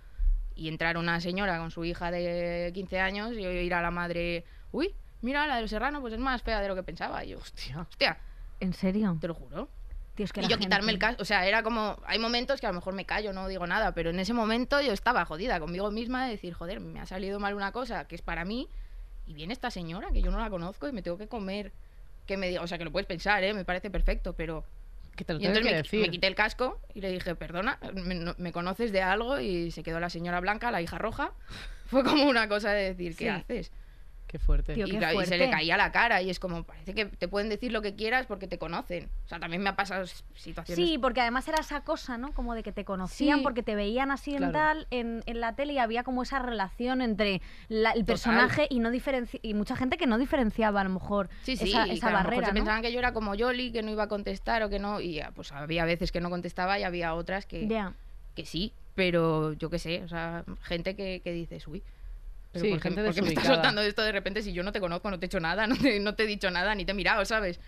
E: y entrar una señora con su hija de 15 años y oír a la madre, uy, mira, la de los serranos, pues es más fea de lo que pensaba. Y yo,
C: Hostia.
E: hostia,
B: ¿En serio?
E: te lo juro.
B: Tío, es que
E: Y
B: la
E: yo quitarme el
B: gente-
E: casco, o sea, era como, hay momentos que a lo mejor me callo, no digo nada, pero en ese momento yo estaba jodida conmigo misma de decir, joder, me ha salido mal una cosa que es para mí, y viene esta señora que yo no la conozco y me tengo que comer, que me diga, o sea, que lo puedes pensar, ¿eh? me parece perfecto, pero...
C: Que te lo
E: Y
C: tengo que
E: entonces me, qui-
C: decir.
E: me quité el casco y le dije, perdona, me, no- me conoces de algo? Y se quedó la señora blanca, la hija roja. <laughs> Fue como una cosa de decir, ¿qué
B: Sí.
E: haces?
C: Qué fuerte.
B: Tío,
E: y,
B: qué
E: claro, y se
B: fuerte.
E: le caía la cara y es como, parece que te pueden decir lo que quieras porque te conocen. O sea, también me ha pasado s- situaciones
B: Sí, porque además era esa cosa, ¿no? Como de que te conocían
E: Sí.
B: porque te veían así en
C: Claro.
B: tal, en, en la tele y había como esa relación entre la- el personaje y no diferenci- y mucha gente que no diferenciaba a lo mejor
E: Sí, sí,
B: esa, esa
E: y que a lo mejor
B: barrera,
E: se
B: ¿no?
E: pensaban que yo era como Yoli, que no iba a contestar o que no. Y ah, pues había veces que no contestaba y había otras que,
B: Ya.
E: que sí, pero yo qué sé, o sea, gente que, que dices, uy. Pero
C: Sí,
E: ¿por qué-
C: gente
E: por qué me estás
C: desubicada.
E: soltando esto de repente si yo no te conozco, no te he hecho nada, no te, no te he dicho nada, ni te he mirado, ¿sabes?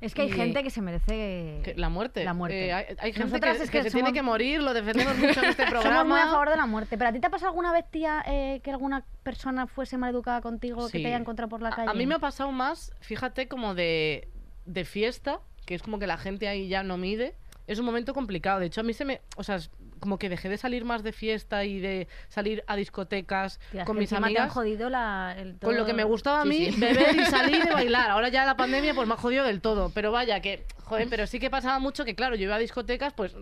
B: Es que hay
E: Y-
B: gente que se merece
C: Que- La muerte.
B: La muerte.
C: Eh, hay, hay gente que,
B: Nosotras es
C: que
B: que
C: se
B: somos-
C: tiene que morir, lo defendemos mucho en este programa.
B: <laughs> Somos muy a favor de la muerte. ¿Pero a ti te ha pasado alguna vez, tía, eh, que alguna persona fuese maleducada contigo, que
C: Sí.
B: te haya encontrado por la
C: A-
B: calle?
C: A mí me ha pasado más, fíjate, como de, de fiesta, que es como que la gente ahí ya no mide. Es un momento complicado. De hecho, a mí se me. O sea, es como que dejé de salir más de fiesta y de salir a discotecas
B: Tía, es
C: con
B: que
C: mis
B: encima te han
C: amigas.
B: jodido la, el
C: Con lo
B: todo-
C: que me gustaba a
E: Sí,
C: mí,
E: sí.
B: <laughs>
C: beber y salir y bailar. Ahora ya la pandemia pues me ha jodido del todo. Pero vaya, que, joder, pero sí que pasaba mucho que, claro, yo iba a discotecas, pues,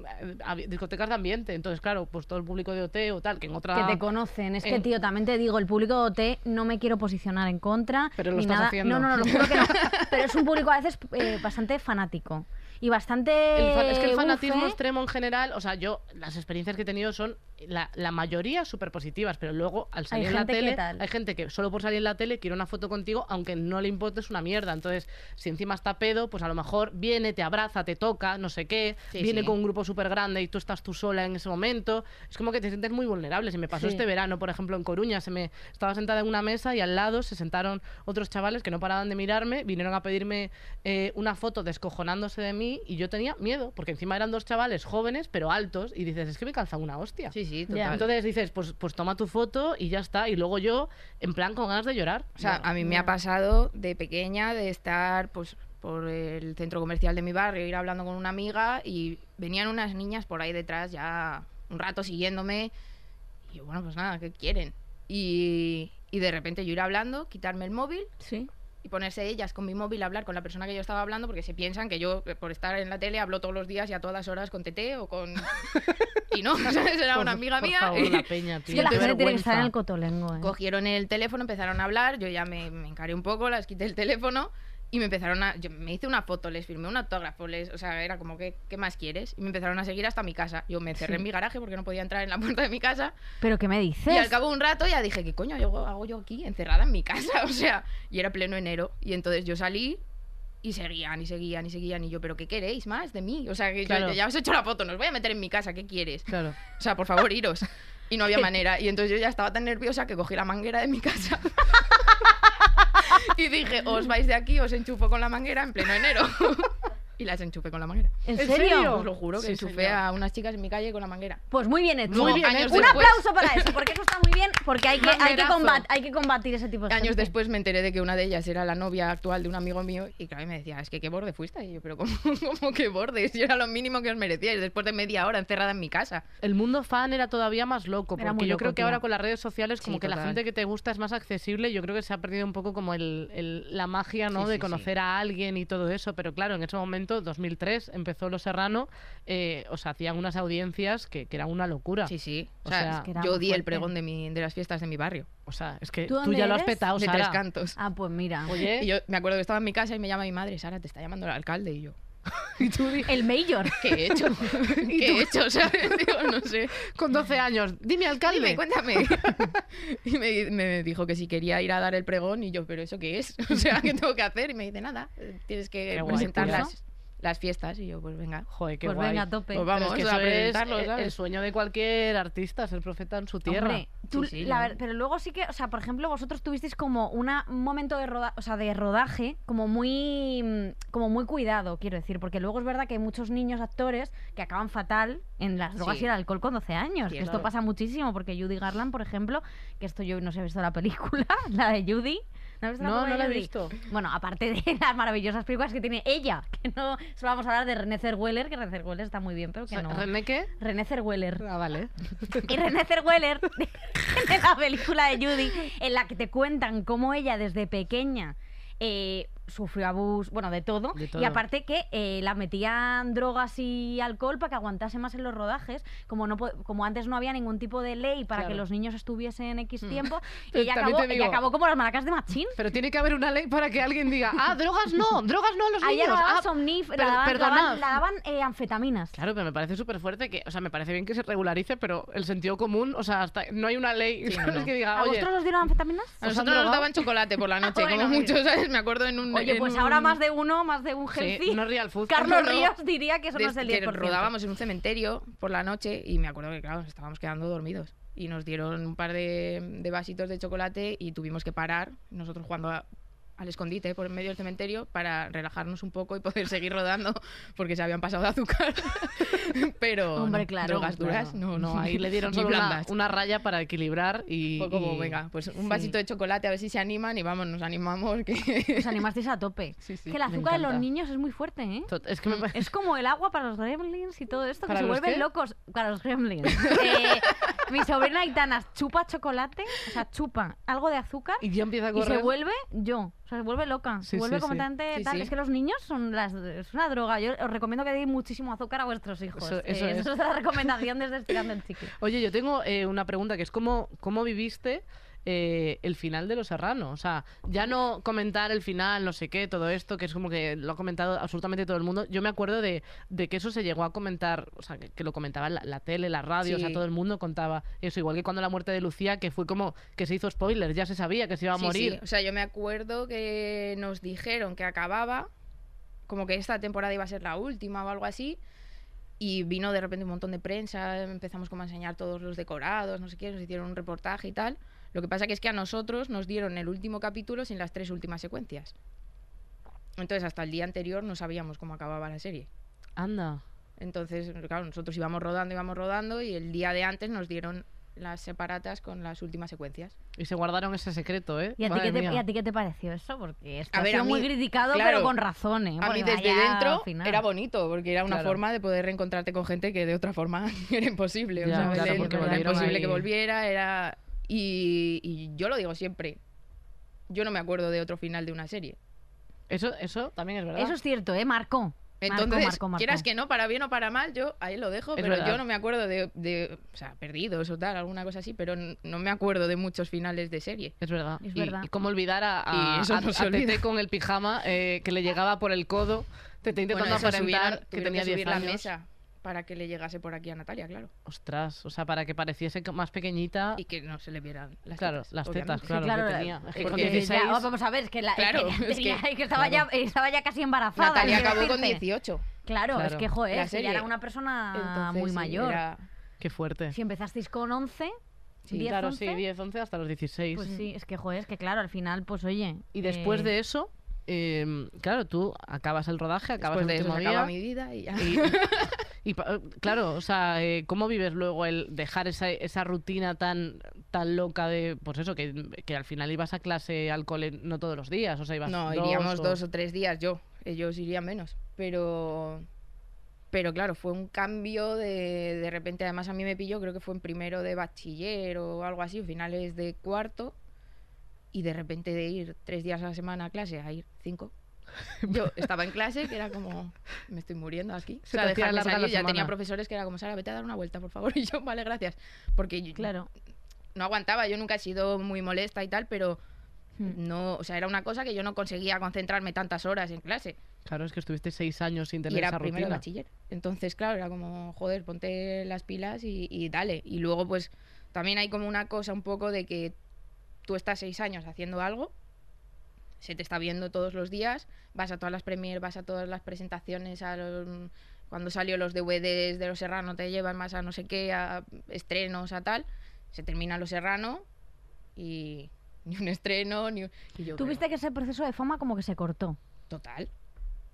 C: a- a discotecas de ambiente. Entonces, claro, pues todo el público de OT o tal, que en otra...
B: Que te conocen. Es que,
C: Ah, en-
B: tío, también te digo, el público de OT no me quiero posicionar en contra.
C: Pero lo
B: ni
C: estás
B: nada.
C: haciendo.
B: No, no, no, lo juro que
C: <laughs>
B: no. Pero es un público a veces eh, bastante fanático. Y bastante.
C: El fa- es
B: E.
C: que el fanatismo
B: bufe.
C: extremo en general, o sea, yo las experiencias que he tenido son la, la mayoría súper positivas, pero luego al salir en la
B: gente que
C: tele,
B: tal.
C: hay gente que solo por salir en la tele quiere una foto contigo, aunque no le importe, es una mierda. Entonces, si encima está pedo, pues a lo mejor viene, te abraza, te toca, no sé qué,
E: Sí,
C: viene
E: sí.
C: con un grupo súper grande y tú estás tú sola en ese momento. Es como que te sientes muy vulnerable. Se me pasó
B: Sí.
C: este verano, por ejemplo, en Coruña, se me estaba sentada en una mesa y al lado se sentaron otros chavales que no paraban de mirarme, vinieron a pedirme eh, una foto descojonándose de mí y yo tenía miedo, porque encima eran dos chavales jóvenes pero altos y dices, es que me calza una hostia.
E: Sí, sí,
B: Ya.
E: total.
C: Entonces dices, pues, pues toma tu foto y ya está. Y luego yo, en plan, con ganas de llorar.
E: O sea, a mí me
B: Ya.
E: ha pasado de pequeña de estar pues por el centro comercial de mi barrio, ir hablando con una amiga y venían unas niñas por ahí detrás ya un rato siguiéndome y yo, bueno, pues nada, ¿qué quieren? Y, y de repente yo ir hablando, quitarme el móvil
B: Sí.
E: y ponerse ellas con mi móvil a hablar con la persona que yo estaba hablando porque se piensan que yo eh, por estar en la tele hablo todos los días y a todas horas con Tete
C: <laughs>
E: o con y no, <laughs> ¿sabes? era
C: Por-
E: una amiga
C: por
E: mía
C: favor, la peña,
B: Es
C: tío,
B: que la
C: qué
B: gente tiene que
C: vergüenza.
B: estar en el cotolengo, ¿eh?
E: cogieron el teléfono, empezaron a hablar, yo ya me, me encaré un poco, las quité el teléfono y me empezaron a... Yo me hice una foto, les firmé un autógrafo, les, o sea, era como, ¿qué, ¿qué más quieres? Y me empezaron a seguir hasta mi casa. Yo me encerré en mi garaje porque no podía entrar en la <laughs> puerta de mi casa
B: ¿Pero qué me dices?
E: y al cabo de un rato ya dije, ¿qué coño yo hago, hago yo aquí encerrada en mi casa? <laughs> O sea, y era pleno enero y entonces yo salí... Y seguían, y seguían, y seguían, y yo, ¿pero qué queréis más de mí? O sea, que yo-
C: Claro.
E: yo ya os he hecho la foto, nos voy a meter en mi casa, ¿qué quieres?
C: Claro.
E: O sea, por favor, iros. Y no había manera. Y entonces yo ya estaba tan nerviosa que cogí la manguera de mi casa. y dije, os vais de aquí, os enchufo con la manguera en pleno enero. y las enchufé con la manguera.
B: ¿En
C: ¿En
B: serio?
C: serio?
E: Os lo juro que
C: Sí,
E: enchufé
C: señor.
E: a unas chicas en mi calle con la manguera.
B: Pues muy bien hecho.
C: Muy bien
E: años
C: hecho.
B: Un
E: después-
B: aplauso para eso, porque
C: <laughs>
B: eso está muy bien, porque hay que, hay que,
E: Banderazo.
B: combat- hay que combatir ese tipo de
E: Años
B: gente.
E: después me enteré de que una de ellas era la novia actual de un amigo mío y claro, y me decía, es que qué borde fuiste. Y yo, pero ¿cómo, <laughs> cómo qué borde? Si era lo mínimo que os merecíais después de media hora encerrada en mi casa.
C: El mundo fan era todavía más loco,
B: Era
C: porque
B: muy
C: yo
B: loco,
C: creo que
B: tía.
C: ahora con las redes sociales como
E: Sí,
C: que la
E: total.
C: gente que te gusta es más accesible, yo creo que se ha perdido un poco como el, el- la magia, ¿no?
E: Sí,
C: de
E: sí, sí.
C: conocer a alguien y todo eso, pero claro, en ese momento, 2003, empezó Los Serrano, eh, o sea, hacían unas audiencias que, que eran una locura.
E: Sí, sí. O
C: O
E: sea,
C: sea,
B: Es que era
E: yo
B: muy
E: di el
B: fuerte.
E: pregón de, mi, de las fiestas de mi barrio.
C: O sea, es que
B: ¿Tú
C: tú,
B: dónde
C: ya lo has
B: eres?
C: petado,
E: de
C: Sara. ¿Eh?
E: tres cantos.
B: Ah, pues mira.
C: Oye,
E: Y yo me acuerdo que estaba en mi casa y me llama mi madre, Sara, te está llamando el alcalde. Y yo,
C: y tú di-
B: El mayor.
E: ¿qué he hecho? <laughs> ¿Qué he hecho? <laughs> ¿Sabes? Digo, no sé.
C: con 12 años, dime alcalde.
E: Dime, cuéntame. <laughs> Y me, me dijo que si quería ir a dar el pregón y yo, ¿pero eso qué es? <laughs> O sea, ¿qué tengo que hacer? Y me dice, nada, tienes que
C: Qué guay,
E: presentar
C: tío.
E: las, las fiestas. Y yo, pues venga.
C: Joder, <laughs> qué
B: Pues
C: guay.
B: venga, a tope.
E: Pues
C: Pero
E: vamos
C: es que
E: a
C: eso es,
E: presentarlo,
C: eh, el
E: ¿sabes?
C: sueño de cualquier artista, ser profeta en su tierra.
B: Hombre, tú-
E: Sí, sí,
B: la
E: no.
B: ver- pero luego sí que, o sea, por ejemplo, vosotros tuvisteis como una, un momento de, roda- o sea, de rodaje como muy, mm, como muy cuidado, quiero decir, porque luego es verdad que hay muchos niños actores que acaban fatal en las drogas
E: Sí.
B: y el alcohol con 12 años. que
E: Cierto.
B: esto pasa muchísimo, porque Judy Garland, por ejemplo, que esto yo no sé, he visto la película, <laughs> la de Judy. ¿No, has visto
C: No,
B: película
C: no
B: de
C: la he
B: Judy?
C: visto.
B: Bueno, aparte de <laughs> las maravillosas películas que tiene ella, que no solo vamos a hablar de René Zerweller, que René Zerweller está muy bien, pero que
C: O sea,
B: no.
C: ¿René qué?
B: René Zerweller.
C: Ah, vale.
B: Y René Zerweller, en la película <laughs> de Judy, en la que te cuentan cómo ella desde pequeña eh, sufrió abuso, bueno, de todo,
C: De
B: Y
C: todo.
B: aparte que eh, la metían drogas y alcohol para que aguantase más en los rodajes. Como, no, po- como antes no había ningún tipo de ley para que
C: Claro.
B: los niños estuviesen X
C: <laughs>
B: tiempo,
C: Pero
B: ella,
C: también
B: acabó,
C: te
B: ella
C: digo-
B: acabó como las maracas de Machín.
C: Pero tiene que haber una ley para que alguien diga, ah, drogas no, drogas no a los
B: A ella
C: niños.
B: la daban
C: ah,
B: somníf- la
C: per-
B: daban- la
C: perdonad.
B: daban- la daban, eh, anfetaminas.
C: Claro, pero me parece súper fuerte que, o sea, me parece bien que se regularice, pero el sentido común, o sea, hasta no hay una ley
E: Sí, no,
C: ¿sabes?
E: no.
C: que
B: ¿A
C: diga, oye,
B: vosotros os dieron anfetaminas?
E: A
C: ¿Os han
E: nosotros nos
C: drogado?
E: daban chocolate por la
C: <laughs>
E: noche,
B: Bueno,
E: como
B: mira.
E: muchos, ¿sabes? Me acuerdo en un...
B: Oye,
E: en
B: pues
E: un-
B: ahora más de uno, más de un
C: Mm. Sí,
B: healthy.
C: no real food.
B: Carlos
E: No, no.
B: Ríos diría que eso
E: de-
B: no es el
E: que
B: 10%.
E: rodábamos en un cementerio por la noche y me acuerdo que, claro, estábamos quedando dormidos. Y nos dieron un par de, de vasitos de chocolate y tuvimos que parar, nosotros jugando a- al escondite por en medio del cementerio, para relajarnos un poco y poder seguir rodando <laughs> porque se habían pasado de azúcar. <laughs> Pero
B: Hombre,
E: no,
B: claro,
E: drogas duras,
C: Claro.
E: no,
C: no, ahí
E: <laughs>
C: le dieron
E: ni
C: solo una,
E: blandas.
C: una raya para equilibrar y...
E: Fue como,
C: y-
E: venga, pues un
B: Sí.
E: vasito de chocolate a ver si se animan y vamos, nos animamos. Que...
B: Os animasteis a
C: <laughs>
B: tope.
E: Sí, sí,
B: que el
C: me
B: azúcar de los
C: encanta.
B: niños es muy fuerte, ¿eh?
C: Tot- Es que me parece...
B: Es como el agua para los gremlins y todo esto, que
C: ¿Para
B: se
C: los
B: vuelven
C: qué?
B: locos. Para los gremlins.
C: <laughs>
B: Eh, mi sobrina Aitana chupa chocolate, o sea, chupa algo de azúcar
C: Y ya empieza a
B: y
C: correr.
B: se vuelve yo. O sea, se vuelve loca.
C: Sí,
B: se vuelve
C: sí, sí.
B: completamente
E: Sí,
B: tal.
E: sí.
B: Es que los niños son las, es una droga. Yo os recomiendo que deis muchísimo azúcar a vuestros hijos.
C: Eso-
B: Eh,
C: eso es.
B: esa es la recomendación desde Estirando el Chicle.
C: Oye, yo tengo eh, una pregunta que es cómo, cómo viviste eh, el final de Los Serrano. O sea, ya no comentar el final, no sé qué, todo esto, que es como que lo ha comentado absolutamente todo el mundo. Yo me acuerdo de, de que eso se llegó a comentar, o sea, que, que lo comentaba la, la tele, la radio, o sea,
E: Sí.
C: todo el mundo contaba eso. Igual que cuando la muerte de Lucía, que fue como que se hizo spoiler, ya se sabía que se iba a
E: Sí,
C: morir.
E: sí. O sea, yo me acuerdo que nos dijeron que acababa, como que esta temporada iba a ser la última o algo así, y vino de repente un montón de prensa, empezamos como a enseñar todos los decorados, no sé qué, nos hicieron un reportaje y tal. Lo que pasa que es que a nosotros nos dieron el último capítulo sin las tres últimas secuencias. Entonces, hasta el día anterior no sabíamos cómo acababa la serie.
C: Anda.
E: Entonces, claro, nosotros íbamos rodando, íbamos rodando, y el día de antes nos dieron las separatas con las últimas secuencias.
C: Y se guardaron ese secreto, ¿eh?
B: ¿Y a, ti
C: Madre
B: qué te,
C: mía.
B: y a ti qué te pareció eso? Porque esto
E: A
B: ha
E: ver,
B: sido
E: a mí-
B: muy criticado,
E: claro,
B: pero con razón, ¿eh?
E: A
B: Porque
E: mí desde
B: vaya
E: dentro
B: final.
E: era bonito, porque era una
C: Claro.
E: forma de poder reencontrarte con gente que de otra forma <laughs> era imposible. o
C: Ya,
E: sea,
C: claro,
E: era-
C: porque
E: era
C: volvieron
E: imposible
C: ahí.
E: que volviera, era... Y, y yo lo digo siempre, yo no me acuerdo de otro final de una serie.
C: Eso, eso también es verdad.
B: Eso es cierto, ¿eh? Marcó. Marcó,
E: Entonces,
B: marcó, marcó.
E: quieras que no, para bien o para mal, yo ahí lo dejo,
C: Es
E: pero
C: verdad.
E: yo no me acuerdo de, de, o sea, perdidos o tal, alguna cosa así, pero n- no me acuerdo de muchos finales de serie.
C: Es verdad.
B: Es
C: Y-
B: verdad.
C: Y, cómo olvidar a, a,
E: Y eso
C: a-
E: no se
C: a Tete
E: olvida.
C: con el pijama eh, que le llegaba por el codo. Te está intentando
E: Bueno, eso
C: aparentar
E: subieron-
C: que
E: tuvieron
C: tenía 10
E: subir
C: años.
E: la mesa para que le llegase por aquí a Natalia, claro.
C: Ostras, o sea, para que pareciese co- más pequeñita.
E: Y que no se le vieran las
C: claro,
E: tetas,
C: las tetas,
E: obviamente.
C: claro,
B: claro,
C: que
B: la-
C: tenía. Es que con
E: porque
B: Eh,
C: 16,
B: ya, vamos a ver, es que, la, es
E: Claro,
B: que,
E: es
B: tenía-
E: que-
B: es que estaba, ya, estaba ya casi
C: Ah,
B: embarazada.
E: Natalia
B: quiero
E: acabó con
B: decirte.
E: 18.
B: Claro, es
C: Claro.
B: que, joder,
E: La
B: es que ya
E: serie.
B: era una
C: Ah,
B: persona
E: Entonces,
B: muy
E: sí,
B: mayor.
E: era-
C: qué fuerte.
B: Si empezasteis con 11,
C: Sí,
B: 10,
C: claro,
B: 11,
C: sí, 10, 11 hasta los 16.
B: pues sí, es que, joder, es que claro, al final, pues oye.
C: y después
B: eh,
C: de eso, eh, claro, tú acabas el rodaje, acabas
E: Después
C: el
E: de eso
C: último
E: se
C: día.
E: acaba mi vida y ya.
C: <laughs> Y, y pa- claro, o sea, eh, ¿cómo vives luego el dejar esa, esa rutina tan, tan loca de, pues eso, que, que al final ibas a clase al cole no todos los días, o sea, ibas
E: <laughs> No,
C: dos
E: iríamos
C: o-
E: dos o tres días yo. Ellos irían menos. Pero. Pero claro, fue un cambio de. De repente, además a mí me pilló, creo que fue en primero de bachiller o algo así, o finales de cuarto. Y de repente de ir tres días a la semana a clase a ir
C: <laughs>
E: cinco. Yo estaba en clase que era como, me estoy muriendo aquí.
C: Se
E: o
C: te
E: sea,
C: hacía
E: dejarme
C: larga la
E: salir. Ya
C: semana.
E: tenía profesores que era como, Sara, vete a dar una vuelta, por favor. <laughs> Y yo, vale, gracias. Porque yo-
B: Claro.
E: no aguantaba, yo nunca he sido muy molesta y tal, pero
C: Mm.
B: Hmm.
E: no, o sea, era una cosa que yo no conseguía concentrarme tantas horas en clase.
C: Claro, es que estuviste seis años sin tener
E: y era
C: esa
E: primero de
C: rutina.
E: bachiller. Entonces, claro, era como, joder, ponte las pilas y, y dale. Y luego, pues, también hay como una cosa un poco de que tú estás seis años haciendo algo, se te está viendo todos los días, vas a todas las premier, vas a todas las presentaciones, a los- cuando salió los DVDs de Los Serrano te llevan más a no sé qué, a estrenos, a tal. Se termina Los Serrano y ni un estreno, ni un... y yo,
B: Tuviste que ese proceso de fama como que se cortó.
E: pero, Total.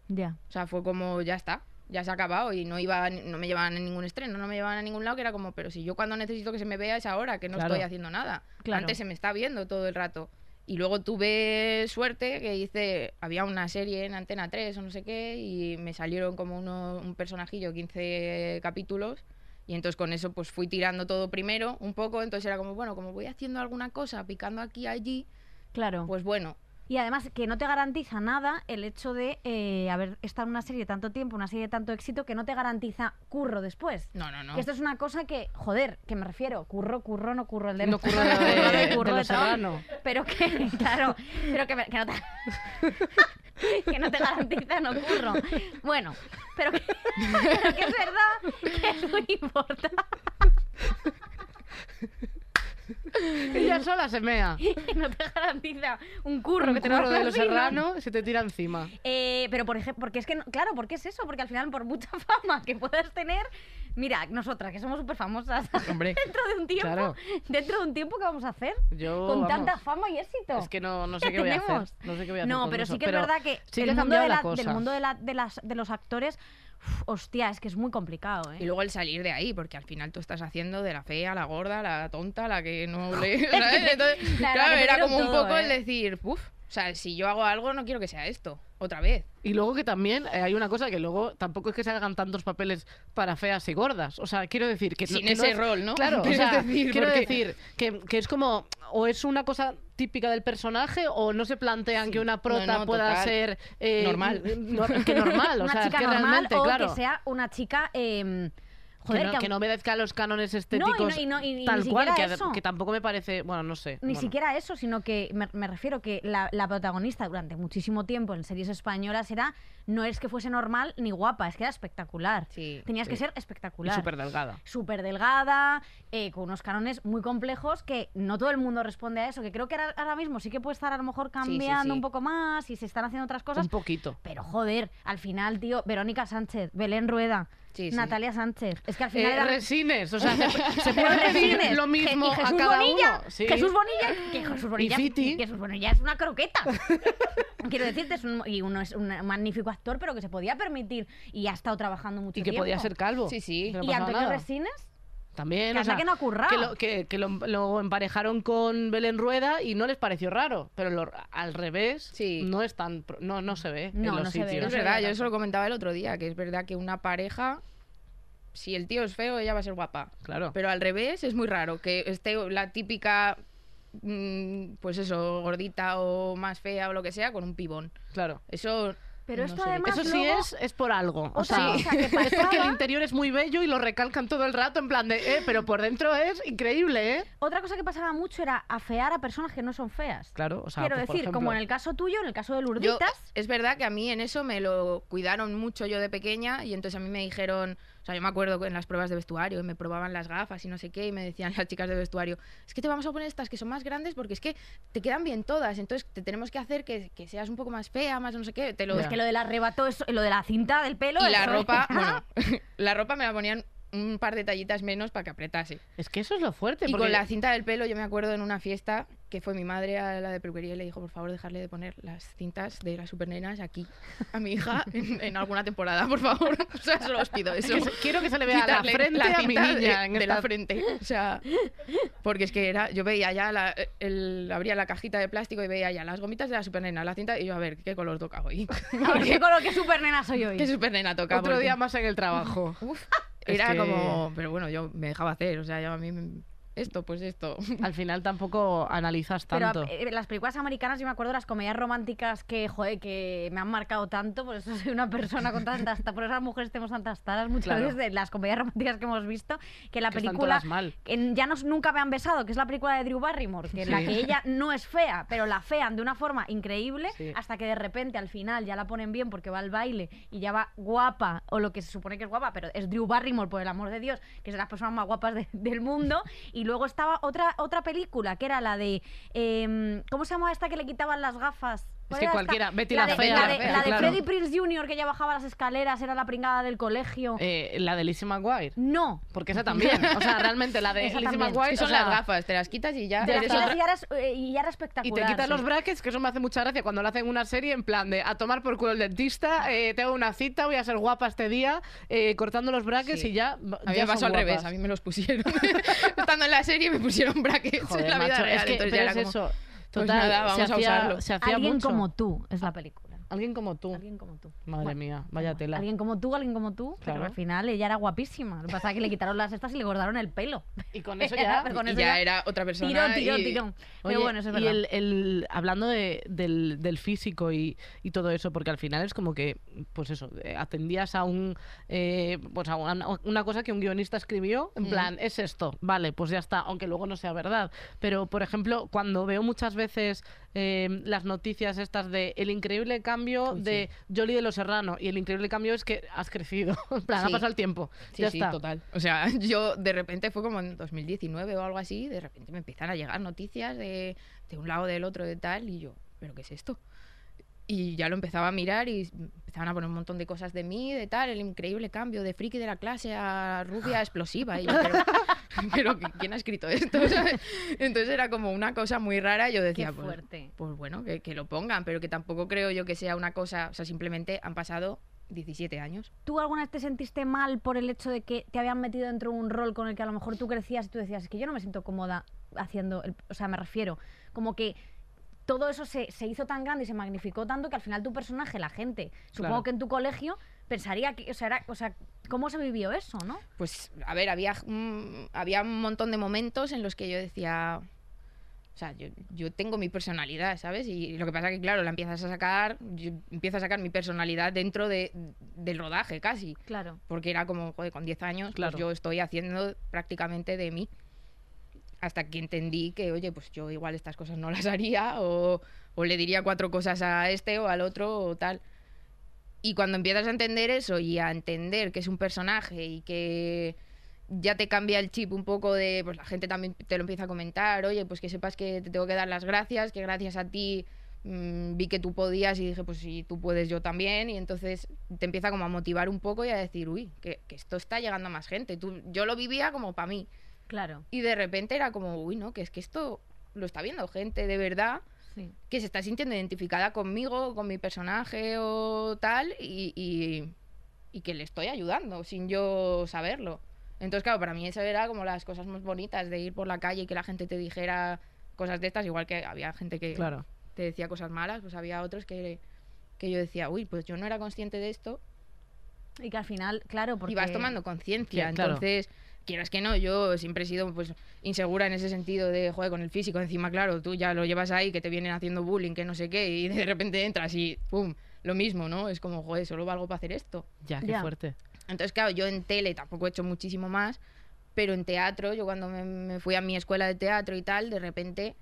B: Ya.
E: O sea, fue como, ya está, ya se ha acabado y no, iba, no me llevaban a ningún estreno, no me llevaban a ningún lado, que era como, pero si yo cuando necesito que se me vea es ahora, que no
C: Claro.
E: estoy haciendo nada.
B: Claro.
E: Antes se me está viendo todo el rato. Y luego tuve suerte que hice, había una serie en Antena 3 o no sé qué, y me salieron como uno, un personajillo, 15 capítulos. Y entonces con eso pues fui tirando todo primero un poco, entonces era como, bueno, como voy haciendo alguna cosa, picando aquí, allí,
B: Claro.
E: pues bueno,
B: Y además que no te garantiza nada el hecho de eh, haber estado en una serie tanto tiempo, una serie de tanto éxito, que no te garantiza curro después.
E: no, no, no.
B: Que esto es una cosa que, joder, que me refiero, curro, curro, no curro <laughs> el de
C: No curro de- de Los
B: trabajo,
C: Serrano.
B: Pero que, <laughs> claro, pero que, me- que no te... <laughs> que no te garantiza no curro. Bueno, pero que, <laughs> pero que es verdad que es muy importante.
C: Ella sola
B: <laughs>
C: se mea.
B: que no te garantiza un curro
C: Un
B: que te
C: curro
B: lo
C: de los
B: garantizan.
C: serranos se te tira encima.
B: Eh, pero por ejemplo, porque es que, no- claro, porque es eso, porque al final, por mucha <laughs> fama que puedas tener, mira, nosotras que somos súper <laughs> famosas,
E: Hombre,
B: dentro de un tiempo,
C: Claro.
B: dentro de un tiempo, ¿qué vamos a hacer?
C: Yo,
B: Con
C: vamos,
B: tanta fama y éxito.
C: Es que no, no sé qué
B: que
C: voy a hacer.
B: tenemos.
C: No sé qué voy a hacer
B: No,
C: con
B: pero
C: eso,
B: sí que es verdad que
C: sí que
B: el
C: ha
B: mundo de
C: cambiado la
B: la-
C: cosa.
B: del mundo de, la- de las, de los actores, uf, hostia, es que es muy complicado, ¿eh?
E: Y luego el salir de ahí, porque al final tú estás haciendo de la fea, la gorda, la tonta, la que no le. ¿sabes? Entonces,
B: la
E: claro,
B: que te
E: era
B: dieron
E: como un
B: todo,
E: poco el
B: ¿eh?
E: decir, uff, o sea, si yo hago algo, no quiero que sea esto, otra vez.
C: Y luego que también eh, hay una cosa que luego tampoco es que se hagan tantos papeles para feas y gordas. O sea, quiero decir que...
E: Sin
C: que
E: ese rol, ¿no? <laughs>
C: Claro, o
E: Quieres
C: sea,
E: decir,
C: quiero
E: porque-
C: decir que, que es como... O es una cosa típica del personaje o no se plantean que una prota
E: No, no,
C: pueda
E: total.
C: ser... eh,
E: Normal.
C: no-
B: <laughs>
C: que normal, o
B: una
C: sea,
B: chica
C: que
B: normal
C: realmente,
B: o
C: claro.
B: que sea una chica... eh, joder,
C: que, no,
B: que
C: que
B: aun-
C: no obedezca a los cánones estéticos
B: y no- y- y
C: tal
B: ni
C: cual,
B: siquiera
C: que,
B: eso.
C: que tampoco me parece... Bueno, no sé.
B: Ni
C: bueno.
B: siquiera eso, sino que me, me refiero que la, la protagonista durante muchísimo tiempo en series españolas era, no es que fuese normal ni guapa, es que era espectacular.
E: Sí,
B: Tenías que
C: sí.
B: ser
C: Y
B: espectacular.
C: súper delgada.
B: Súper delgada, eh, con unos canones muy complejos que no todo el mundo responde a eso, que creo que ahora, ahora mismo sí que puede estar a lo mejor
E: sí,
B: cambiando
E: sí.
B: un poco más y se están haciendo otras cosas.
C: Un poquito.
B: Pero joder, al final, tío, Verónica Sánchez, Belén Rueda,
E: Sí, sí.
B: Natalia Sánchez, es que al final
C: Eh,
B: eran-
C: resines, o sea, se,
B: <laughs>
C: se
B: Pero
C: puede pedir
B: Resines,
C: lo mismo
B: Je- y Jesús
C: a cada
B: Bonilla,
C: uno. Sí.
B: Jesús Bonilla, que Jesús Bonilla, es-
C: Fiti.
B: que Jesús Bonilla es una croqueta. <laughs> Quiero decirte, es un, y uno es un magnífico actor, pero que se podía permitir y ha estado trabajando mucho
C: y que
B: tiempo.
C: podía ser calvo.
E: Sí, sí.
C: Que no
B: y
C: pasaba
B: Antonio
C: nada.
B: Resines,
C: También,
B: que
C: o
B: hasta
C: sea,
B: que no ha currado.
C: que lo, que- que lo- lo emparejaron con Belén Rueda y no les pareció raro, pero lo- al revés
E: Sí.
C: no es tan pro- no no se ve en
B: No,
C: los
B: no se ve,
C: sitios.
B: no
E: es
B: se ve
E: verdad,
B: tanto.
E: yo eso lo comentaba el otro día, que es verdad que una pareja, si el tío es feo, ella va a ser guapa.
C: Claro.
E: Pero al revés, es muy raro que esté la típica mm, pues eso, gordita o más fea o lo que sea, con un pibón.
C: Claro.
E: Eso.
B: Pero
E: no
B: esto
E: sé.
B: además
C: Eso sí
B: luego-
C: es, es por algo. O
B: Otra
C: sea,
B: cosa que
C: <laughs> es porque el
B: pasaba-
C: interior es muy bello y lo recalcan todo el rato en plan de, eh, pero por dentro es increíble, ¿eh?
B: Otra cosa que pasaba mucho era afear a personas que no son feas.
C: Claro, o sea,
B: Quiero
C: pues, por
B: decir, como
C: ejemplo-
B: en el caso tuyo, en el caso de
E: Yo-
B: Lurditas,
E: es verdad que a mí en eso me lo cuidaron mucho yo de pequeña y entonces a mí me dijeron, o sea, yo me acuerdo que en las pruebas de vestuario me probaban las gafas y no sé qué y me decían <laughs> las chicas de vestuario, es que te vamos a poner estas que son más grandes porque es que te quedan bien todas, entonces te tenemos que hacer que, que seas un poco más fea, más no sé qué, te lo...
C: Ya.
B: es que lo del arrebato, eso- lo ¿eh? de la cinta del pelo...
E: y la
B: eso- <laughs>
E: ropa, bueno, <laughs> la ropa me la ponían un par de tallitas menos para que apretase.
C: Es que eso es lo fuerte.
E: Y
C: porque-
E: con la cinta del pelo, yo me acuerdo en una fiesta que fue mi madre a la de peluquería y le dijo, por favor, dejarle de poner las cintas de las supernenas aquí a mi hija en, en alguna temporada, por favor. <laughs> O sea, solo os pido eso.
C: que se- quiero que se le vea la
E: Quitarle
C: frente
E: la
C: a mi
E: cinta
C: niña
E: de,
C: en
E: de
C: esta-
E: la frente. O sea, porque es que era, yo veía ya, la, el- abría la cajita de plástico y veía ya las gomitas de la supernena, la cinta, y yo, a ver, ¿qué color toca hoy? <laughs>
B: A ver, ¿Qué color que super nena soy hoy?
E: ¿Qué supernena toca?
C: Otro
E: Porque
C: día más en el trabajo.
B: <laughs>
C: Es
E: Era
C: que-
E: como, pero bueno, yo me dejaba hacer, o sea, yo a mí... me- Esto, pues esto.
C: Al final tampoco analizas
B: Pero
C: tanto.
B: eh, las películas americanas, yo me acuerdo de las comedias románticas que, joder, que me han marcado tanto, por eso <laughs> soy una persona con tantas ta- por eso las mujeres tenemos tantas taras muchas
C: Claro.
B: veces de las comedias románticas que hemos visto, que la
C: Que están
B: película
C: todas mal.
B: en Ya nos, nunca me han besado, que es la película de Drew Barrymore, que en la
C: Sí.
B: que ella no es fea, pero la fean de una forma increíble,
C: Sí.
B: hasta que de repente al final ya la ponen bien porque va al baile y ya va guapa, o lo que se supone que es guapa, pero es Drew Barrymore, por el amor de Dios, que es de las personas más guapas de- del mundo. Y luego estaba otra, otra película, que era la de... em, ¿Cómo se llamaba esta que le quitaban las gafas? ¿Cuál
C: que
B: era esta?
C: cualquiera, Betty la
B: de-
C: Fea,
B: La de, la de
C: claro.
B: Freddie Prince Jr., que ella bajaba las escaleras, era la pringada del colegio.
C: Eh, la de Lizzie McGuire.
B: No,
C: Porque esa también. O sea, realmente la de
B: Esa
C: Lizzie
B: también.
C: McGuire.
E: Sí, son
C: o sea,
E: las gafas, te las <laughs> quitas y ya
B: De las
E: eres
B: que
E: otra.
B: eras y ahora es- eh, y ahora
C: Y
B: espectacular.
C: te quitan
B: sí.
C: los brackets, que eso me hace mucha gracia cuando lo hacen en una serie en plan de a tomar por culo el dentista, eh, tengo una cita, voy a ser guapa este día, eh, cortando los brackets
E: Sí.
C: y ya.
E: A mí
C: ya
E: me pasó
C: son
E: al
C: <laughs>
E: revés,
C: guapas.
E: a mí me los pusieron. <laughs> Estando en la serie me pusieron brackets
C: Joder,
E: en la vida
C: macho,
E: real.
C: es que
E: entonces ya
C: pero
E: era
C: es
E: como,
C: eso.
E: pues
C: Total,
E: nada,
C: se
E: vamos a
C: hacía-
E: usarlo.
C: se hacía
B: Alguien
C: mucho.
B: como tú es la película.
C: Alguien como tú.
B: Alguien como tú.
C: Madre
B: Bueno,
C: mía,
B: da
C: vaya
B: igual.
C: tela.
B: Alguien como tú, alguien como tú. Pero
C: Claro.
B: al final ella era guapísima. Lo que pasa es que le quitaron las estas y le cortaron el pelo. <laughs>
C: Y con eso ya.
B: Pero con
E: y
B: eso
E: ya
B: ya-
E: era otra persona.
B: Tirón, tirón,
E: y-
B: tirón.
C: Pues Oye,
B: pero bueno, eso es
C: y
B: verdad.
C: el, el- hablando de- del, del físico y, y todo eso, porque al final es como que, pues eso, eh, atendías a un eh, pues a una, una cosa que un guionista escribió, en plan, es esto, vale, pues ya está, aunque luego no sea verdad. Pero, por ejemplo, cuando veo muchas veces eh, las noticias estas de el increíble cambio
E: Uy,
C: de Jolie de los Serrano, y el increíble cambio es que has crecido, <laughs> en plan, ha
E: Sí.
C: pasado el tiempo,
E: Sí,
C: ya
E: sí,
C: está.
E: total. O sea, <laughs> yo de repente fue como en 2019 o algo así, de repente me empiezan a llegar noticias de, de un lado, del otro, de tal, y yo, ¿pero qué es esto? Y ya lo empezaba a mirar y empezaban a poner un montón de cosas de mí, de tal, el increíble cambio de friki de la clase a rubia explosiva. Y yo, pero, <laughs> pero ¿quién ha escrito esto? <laughs> O sea, Entonces era como una cosa muy rara. Yo decía,
B: Qué
E: pues,
B: fuerte.
E: pues bueno, que, que lo pongan, pero que tampoco creo yo que sea una cosa, o sea, simplemente han pasado 17 años.
B: ¿Tú alguna vez te sentiste mal por el hecho de que te habían metido dentro de un rol con el que a lo mejor tú crecías y tú decías, es que yo no me siento cómoda haciendo, el... o sea, me refiero, como que todo eso se, se hizo tan grande y se magnificó tanto que al final tu personaje, la gente, supongo
C: Claro.
B: que en tu colegio, pensaría que, o sea, era- o sea, ¿cómo se vivió eso, no?
E: Pues, a ver, había, mm, había un montón de momentos en los que yo decía, o sea, yo, yo tengo mi personalidad, ¿sabes? Y lo que pasa que, claro, la empiezas a sacar, yo empiezo a sacar mi personalidad dentro de- del rodaje casi.
B: Claro.
E: Porque era como, joder, con 10 años, pues
C: Claro.
E: yo estoy haciendo prácticamente de mí. Hasta que entendí que, oye, pues yo igual estas cosas no <laughs> las haría, o, o le diría cuatro cosas a este o al otro, o tal. Y cuando empiezas a entender eso y a entender que es un personaje y que ya te cambia el chip un poco de, pues la gente también te lo empieza a comentar, oye, pues que sepas que te tengo que dar las gracias, que gracias a ti mm, vi que tú podías y dije, pues si tú puedes yo también, y entonces te empieza como a motivar un poco y a decir, uy, que, que esto está llegando a más gente. Tú, yo lo vivía como para mí.
B: Claro,
E: Y de repente era como, uy, no, que es que esto lo está viendo gente de verdad
B: sí.
E: que se está sintiendo identificada conmigo, con mi personaje o tal, y, y- y que le estoy ayudando sin yo saberlo. Entonces, claro, para mí eso era como las cosas más bonitas de ir por la calle y que la gente te dijera cosas de estas, igual que había gente que
C: Claro.
E: te decía cosas malas, pues había otros que, que yo decía, uy, pues yo no era consciente de esto,
B: Y que al final, claro, porque...
E: y vas tomando conciencia.
C: Sí, claro.
E: Entonces, quieras que no, yo siempre he sido pues insegura en ese sentido de joder con el físico. Encima, claro, tú ya lo llevas ahí, que te vienen haciendo bullying, que no sé qué, y de repente entras y ¡pum! Lo mismo, ¿no? Es como, joder, solo valgo para hacer esto.
C: Ya, qué
B: Ya.
C: fuerte.
E: Entonces, claro, yo en tele tampoco he hecho muchísimo más, pero en teatro, yo cuando me, me fui a mi escuela de teatro y tal, de repente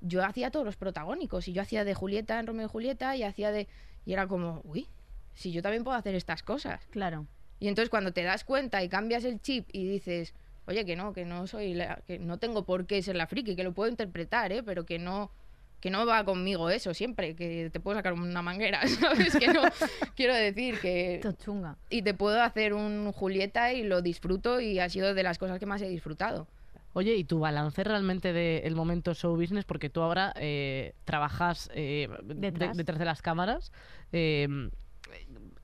E: yo hacía todos los protagónicos y yo hacía de Julieta en Romeo y Julieta y hacía de... Y era como, uy, si yo también puedo hacer estas cosas.
B: Claro.
E: Y entonces cuando te das cuenta y cambias el chip y dices, oye, que no, que no soy la, que no tengo por qué ser la friki, que lo puedo interpretar, ¿eh? pero que no, que no va conmigo eso siempre, que te puedo sacar una manguera, <laughs> ¿sabes? Que no, quiero decir que...
B: Esto es chunga.
E: Y te puedo hacer un Julieta y lo disfruto y ha sido de las cosas que más he disfrutado.
C: Oye, ¿y tu balance realmente del momento show business? Porque tú ahora eh, trabajas eh, de-
B: Detrás.
C: detrás de las cámaras eh,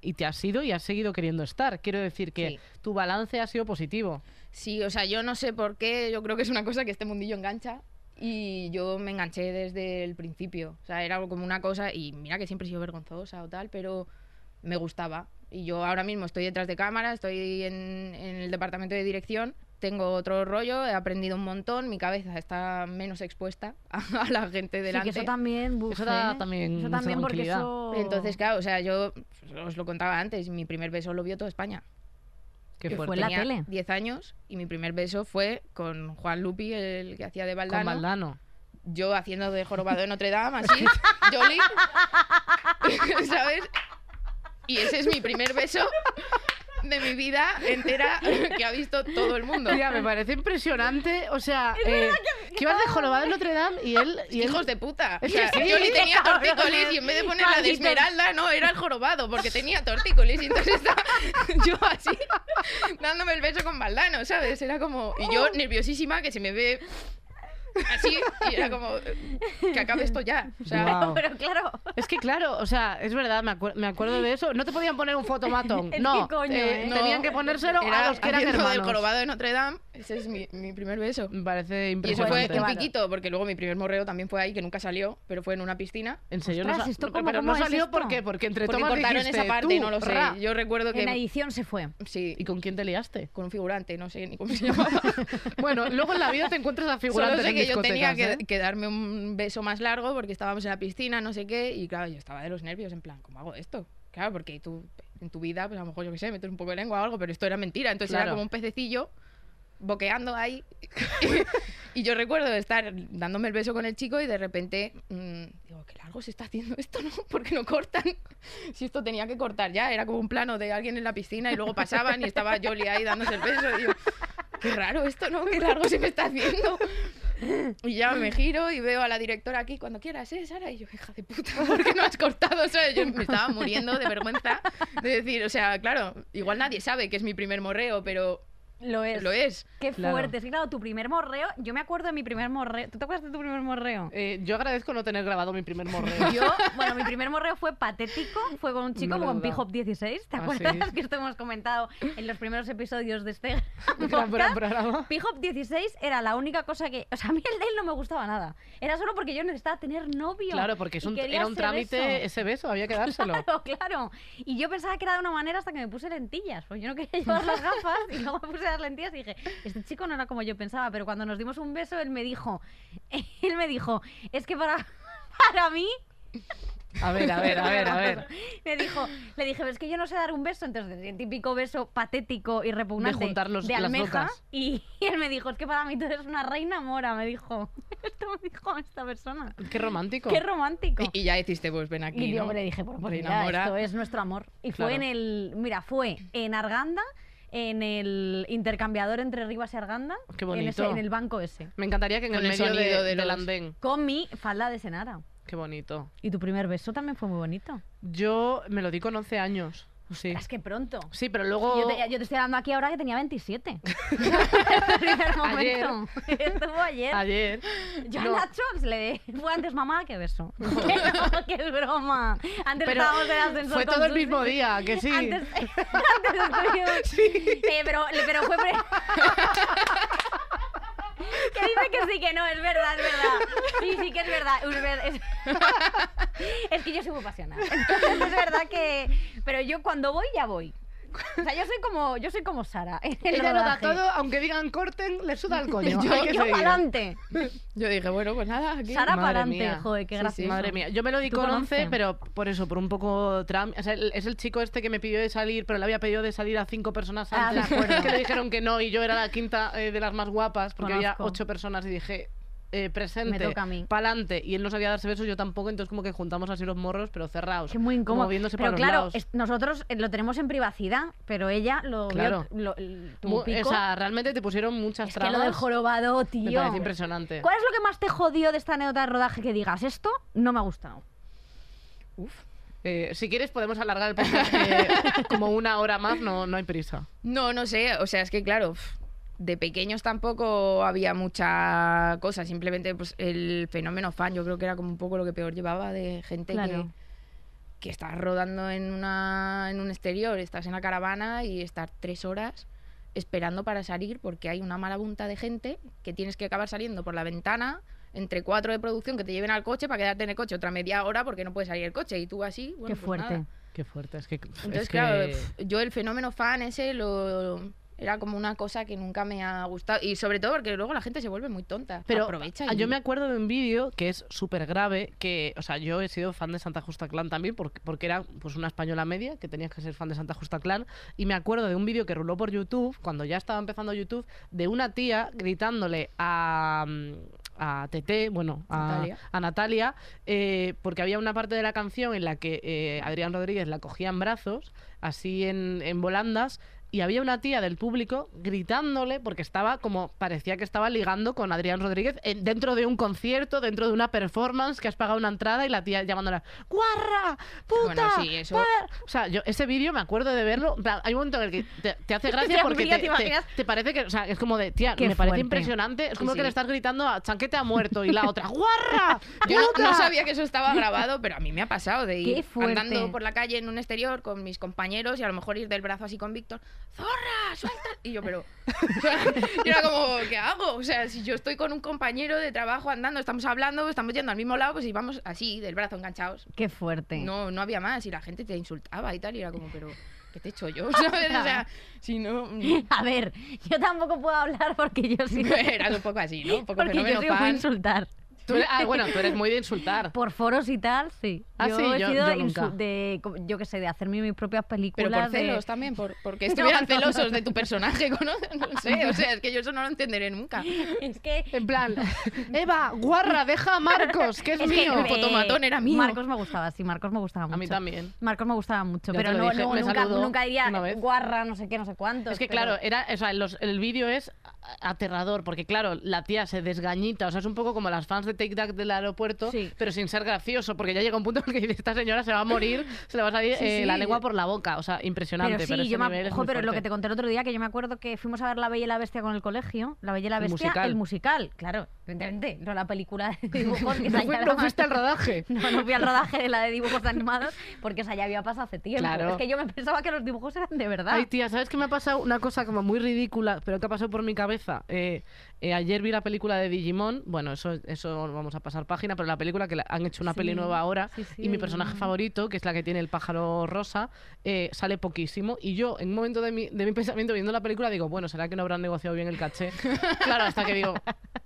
C: y te has ido y has seguido queriendo estar. Quiero decir que
E: Sí.
C: tu balance ha sido positivo.
E: Sí, o sea, yo no sé por qué, yo creo que es una cosa que este mundillo engancha y yo me enganché desde el principio. O sea, era algo como una cosa y mira que siempre he sido vergonzosa o tal, pero me gustaba. Y yo ahora mismo estoy detrás de cámara, estoy en, en el departamento de dirección, tengo otro rollo, he aprendido un montón, mi cabeza está menos expuesta <laughs> a, la gente
B: Sí, que
E: delante.
B: eso también. buf,
C: Eso da
B: eh.
C: también
B: Eso
C: mucha
B: también porque
C: tranquilidad.
B: eso. <laughs>
E: Entonces, claro, o sea, yo pues, os lo contaba antes, mi primer beso lo vio toda España.
C: Qué
B: Que fue
C: fuerte.
B: la-
E: Tenía
B: tele.
E: 10 años y mi primer beso fue con Juan Lupi, el que hacía de
C: Con
E: Valdano.
C: Valdano.
E: Yo haciendo de jorobado de Notre Dame, así, Jolly. <laughs> ¿Sabes? Y ese es mi primer beso de mi vida entera que ha visto todo el mundo.
C: Mira, me parece impresionante. O sea, eh, que, ibas de jorobado en Notre Dame y él. Y él-
E: Hijos de puta. O
C: Es
E: sea,
C: que sí, <laughs>
E: Jolly tenía
B: cabrones.
E: tortícolis y en vez de poner la de
B: Malditos.
E: esmeralda, no, era el jorobado, porque tenía tortícolis. Y entonces estaba <laughs> yo así, dándome el beso con Valdano, ¿sabes? Era como. Y yo nerviosísima que se me ve así, y era como. eh, Que acabe esto ya. O sea,
C: Guau.
B: Pero claro.
C: Es que claro, o sea, es verdad, me, acuer- me acuerdo de eso. No te podían poner un fotomatón.
B: <laughs> Es
C: No,
B: que coño,
C: eh,
B: ¿eh?
E: No,
C: tenían que ponérselo
E: era
C: a los que eran
E: haciendo del
C: hermanos.
E: jorobado de Notre Dame. Ese es mi, mi primer beso.
C: Me parece
E: Y eso fue
C: impresionante.
B: qué
E: un
B: bárbaro.
E: piquito, porque luego mi primer morreo también fue ahí, que nunca salió, pero fue en una piscina.
C: En serio,
B: Ostras,
C: no, sa-
B: ¿esto
C: no-
B: cómo-
C: pero
B: cómo
C: no
B: es
C: salió
B: esto?
C: porque porque entre
E: Porque
C: tomas
E: cortaron
C: dijiste,
E: esa parte,
C: "Tú,
E: no lo sé.
C: ra".
E: Yo recuerdo que.
B: En edición se fue.
E: Sí,
C: ¿Y con quién te liaste?
E: con un figurante, no sé ni cómo se llamaba.
C: <laughs> Bueno, luego en la vida te encuentras a figurantes
E: Solo sé
C: en
E: que yo tenía
C: discotecas,
E: que,
C: ¿eh?
E: que darme un beso más largo porque estábamos en la piscina, no sé qué, y claro, yo estaba de los nervios, en plan, ¿cómo hago esto? Claro, porque tú en tu vida, pues a lo mejor, yo qué sé, metes un poco de lengua o algo, pero esto era mentira, entonces
C: Claro.
E: era como un pececillo boqueando ahí. <laughs> y yo recuerdo estar dándome el beso con el chico y de repente mm, digo, qué largo se está haciendo esto, ¿no? <laughs> ¿Por qué no cortan? si esto tenía que cortar ya, era como un plano de alguien en la piscina y luego pasaban y estaba Jolie ahí dándose el beso y yo, qué raro esto, ¿no? Qué largo se me está haciendo. Y
B: <laughs>
E: ya me giro y veo a la directora aquí cuando quieras, ¿eh, Sara? Y yo, hija de puta, <laughs> ¿por qué no has cortado? O sea, yo me estaba muriendo de vergüenza de decir, o sea, claro, igual nadie sabe que es mi primer morreo, pero
B: Lo es.
E: lo es.
B: Qué
C: Claro.
B: fuerte. Es que, claro, tu primer morreo. Yo me acuerdo de mi primer morreo. ¿Tú te acuerdas de tu primer
C: <laughs>
B: morreo?
C: Eh, yo agradezco no tener grabado mi primer morreo.
B: Yo, bueno, mi primer morreo fue patético, fue con un chico
C: No lo
B: con
C: dudaba.
B: P-Hop 16, ¿te
C: Ah,
B: acuerdas?
C: sí.
B: Que esto hemos comentado en los primeros episodios de
C: <laughs>
B: este
C: Gran
B: podcast.
C: programa.
B: P-Hop 16 era la única cosa que... O sea, a mí el de él no me gustaba nada. Era solo porque yo necesitaba tener novio.
C: Claro, porque es
B: y
C: un-
B: quería
C: era un
B: hacer
C: trámite,
B: eso.
C: ese beso había
B: <laughs>
C: que dárselo.
B: Claro, claro. Y yo pensaba que era de una manera hasta que me puse lentillas. Pues yo no quería llevar las gafas y luego me puse las lentillas y dije, este chico no era como yo pensaba, pero cuando nos dimos un beso, él me dijo, <laughs> él me dijo, es que para, <laughs> para mí
C: A ver, a ver, a ver, a ver.
B: <laughs> me dijo, le dije, es que yo no sé dar un beso, entonces el típico beso patético y repugnante
C: De juntar los- las
B: almeja.
C: bocas.
B: Y, y él me dijo, es que para mí tú eres una reina mora, me dijo. <laughs> Esto me dijo esta persona.
C: Qué romántico.
B: Qué romántico.
E: Y, y ya hiciste, pues ven aquí.
B: Y yo
E: ¿no?
B: le dije, bueno, pues
E: Reina
B: mira,
E: Mora.
B: esto es nuestro amor. Y
C: Claro.
B: fue en el, mira, fue en Arganda, en el intercambiador entre Rivas y Arganda,
C: Qué
B: En, ese-
C: bonito.
B: en el banco ese,
C: Me encantaría que en
E: Con
C: el
E: el
C: medio de-
E: sonido de
C: del
E: los-
C: andén.
B: con mi falda de Senara.
C: Qué bonito.
B: Y tu primer beso también fue muy bonito.
C: Yo me lo di con 11 años. Sí.
B: Es que pronto.
C: Sí, Oh. pero luego.
B: Yo, te, yo te estoy hablando aquí ahora que tenía <laughs>
C: <laughs>
B: 27. El primer
C: Ayer.
B: momento. Estuvo ayer.
C: Ayer.
B: Yo
C: No.
B: a Nacho pues, le fue antes mamá que
C: <laughs>
B: beso. <laughs> que no, que es broma. Antes
C: Pero
B: estábamos en el ascensor
C: Fue
B: con
C: todo el
B: Susi.
C: mismo día, que sí. <laughs>
B: Antes, antes estuvimos- Eh, pero, pero fue... pre- <laughs> que dice que sí, que no, es verdad, es verdad. Sí, sí que es verdad. Es, ver- es- <laughs> es que yo soy muy apasionada. Entonces, es verdad que... Pero yo cuando voy, ya voy. O sea, yo soy como, yo soy como Sara. en el
C: Ella lo da
B: rodaje.
C: todo, aunque digan corten,
B: <laughs>
C: le suda el coño.
B: Yo,
C: <laughs> Hay que
B: yo
C: seguir.
B: pa'lante.
E: Yo dije, bueno, pues nada, aquí.
B: Sara
C: Madre
B: pa'lante,
C: mía.
B: joder, qué
E: Sí, sí,
B: gracioso.
C: Madre mía, yo me lo di
B: Tú
C: con
B: con
C: 11,
B: 11.
C: pero por eso, por un poco tram. O sea, el- es el chico este que me pidió de salir, pero le había pedido de salir a cinco personas
B: Ah,
C: antes.
B: de acuerdo.
C: <laughs> que le dijeron que no, y yo era la quinta eh, de las más guapas, porque había
B: Conozco.
C: ocho personas y dije. Eh,
B: Me
C: presente,
B: toca a mí.
C: pa'lante, y él no sabía darse besos, yo tampoco, entonces como que juntamos así los morros, pero cerrados.
B: Que muy incómodo.
C: Moviéndose
B: pero
C: para
B: claro,
C: los lados.
B: es- nosotros eh, lo tenemos en privacidad, pero ella lo vio-
C: Claro.
B: lo- l- tuvo
C: Mu-
B: pico.
C: o sea, realmente te pusieron muchas
B: es que
C: trabas.
B: lo del jorobado, tío.
C: me parece impresionante.
B: ¿Cuál es lo que más te jodió de esta anécdota de rodaje que digas esto? No me ha gustado.
C: Eh, si quieres podemos alargar el podcast eh, <laughs> como una hora más, no, no hay prisa.
E: No, no sé, o sea, es que claro, pf, de pequeños tampoco había mucha cosa, simplemente pues el fenómeno fan, yo creo que era como un poco lo que peor llevaba de gente
B: Claro.
E: que que estás rodando en una en un exterior, estás en la caravana y estar tres horas esperando para salir porque hay una marabunta de gente que tienes que acabar saliendo por la ventana entre cuatro de producción que te lleven al coche para quedarte en el coche otra media hora porque no puede salir el coche y tú así bueno,
B: Qué
E: pues
B: fuerte.
E: nada.
C: Qué fuerte, es que...
E: Entonces,
C: es que-
E: claro, pf, yo el fenómeno fan ese lo, era como una cosa que nunca me ha gustado. Y sobre todo porque luego la gente se vuelve muy tonta.
C: Pero
E: aprovecha.
C: ah,
E: y-
C: yo me acuerdo de un vídeo que es súper grave, que, o sea, yo he sido fan de Santa Justa Clan también, porque, porque era pues una española media, que tenías que ser fan de Santa Justa Clan, y me acuerdo de un vídeo que ruló por YouTube, cuando ya estaba empezando YouTube, de una tía gritándole a... mm, A Tete, bueno, a Natalia,
E: Natalia.
C: a Natalia eh, porque había una parte de la canción en la que eh, Adrián Rodríguez la cogía en brazos, así en, en volandas, y había una tía del público gritándole porque estaba como parecía que estaba ligando con Adrián Rodríguez en- dentro de un concierto, dentro de una performance que has pagado una entrada y la tía llamándola ¡Guarra! ¡Puta!
E: Bueno, sí, eso-
C: guarra". O sea, yo ese vídeo me acuerdo de verlo. en plan, hay un momento en el que te, te hace gracia
B: Te
C: porque
B: amplía, ¿te
C: te, te-
B: imaginas?
C: te parece que, o sea, es como de, tía,
B: Qué
C: me parece
B: fuerte.
C: impresionante. Es
E: Sí,
C: como que
E: sí.
C: le estás gritando a Chanquete ha muerto y la otra ¡Guarra!
E: Yo no-
C: ¡Puta!
E: no, sabía que eso estaba grabado, pero a mí me ha pasado de
B: Qué
E: ir
B: fuerte.
E: andando por la calle en un exterior con mis compañeros y a lo mejor ir del brazo así con Víctor. ¡Zorra! ¡Suelta! Y yo, pero. o sea, <laughs> yo era como, ¿qué hago? O sea, si yo estoy con un compañero de trabajo andando, estamos hablando, estamos yendo al mismo lado, pues y vamos así, del brazo enganchados.
B: Qué fuerte.
E: No, no había más y la gente te insultaba y tal, y era como, pero ¿qué te he
B: <laughs>
E: hecho yo? <laughs> ¿Sabes? O sea, si no.
B: <laughs>
E: mm,
B: A ver, yo tampoco puedo hablar porque
C: <laughs>
B: yo sí.
E: <laughs> Era un poco así, ¿no? Un poco
B: porque yo "Pues
E: fenómeno
B: soy muy
E: fan.
B: insultar.
C: Tú eres- ah, bueno, tú eres muy de insultar.
B: Por foros y tal, sí.
C: Ah,
B: yo
C: sí,
B: he
C: yo-
B: sido
C: yo
B: de
C: nunca.
B: insu- de, co- yo qué sé, de hacerme mis propias películas.
E: Pero por
B: de- <laughs>
E: celos también, por, porque estuvieran
B: no, no.
E: celosos de tu personaje, <laughs> ¿no? No sé, o sea, es que yo eso no lo entenderé nunca.
B: Es que
C: En plan, Eva, guarra, deja a Marcos, que es,
B: Es que,
C: mío.
B: eh,
E: fotomatón era mío.
B: Marcos me gustaba, sí, Marcos me gustaba mucho.
C: A mí también.
B: Marcos me gustaba mucho,
C: Ya
B: pero
C: te lo
B: no,
C: dije,
B: no,
C: me
B: nunca,
C: saludó
B: nunca diría
C: una vez.
B: guarra, no sé qué, no sé cuánto.
C: Es que claro, era, o sea, los- el vídeo es a- aterrador, porque claro, la tía se desgañita, o sea, es un poco como las fans de Take That del aeropuerto,
B: Sí.
C: pero sin ser gracioso, porque ya llega un punto en el que <laughs> dice, esta señora se va a morir, se le va a salir
E: Sí,
C: eh,
E: sí.
C: la lengua por la boca, o sea, impresionante.
B: Pero
C: Pero,
B: sí, yo
C: ese
B: me
C: nivel es
B: acuerdo,
C: muy
B: pero lo que
C: fuerte.
B: te conté el otro día, que yo me acuerdo que fuimos a ver La Bella y la Bestia con el colegio, La Bella y la
C: El
B: Bestia,
C: musical.
B: el musical, claro, evidentemente, no la película
C: <laughs>
B: de dibujos que
C: <laughs> No,
B: esa
C: fui-
B: ya
C: no
B: la-
C: fuiste al rodaje.
B: <laughs> No, no fui al rodaje de la de dibujos animados porque esa ya había pasado hace tiempo.
C: Claro.
B: Es que yo me pensaba que los dibujos eran de verdad.
C: Ay, tía, ¿sabes qué me ha pasado? Una cosa como muy ridícula, pero que ha pasado por mi cabeza. Eh, eh, ayer vi la película de Digimon, bueno, eso, eso vamos a pasar página, pero la película que la- han hecho una
B: Sí,
C: peli nueva ahora,
B: sí, sí,
C: y mi
B: de
C: personaje
B: Digimon.
C: favorito, que es la que tiene el pájaro rosa, eh, sale poquísimo. Y yo, en un momento de mi, de mi <laughs> pensamiento viendo la película, digo, bueno, ¿será que no habrán negociado bien
B: <laughs>
C: el caché? claro, hasta que digo,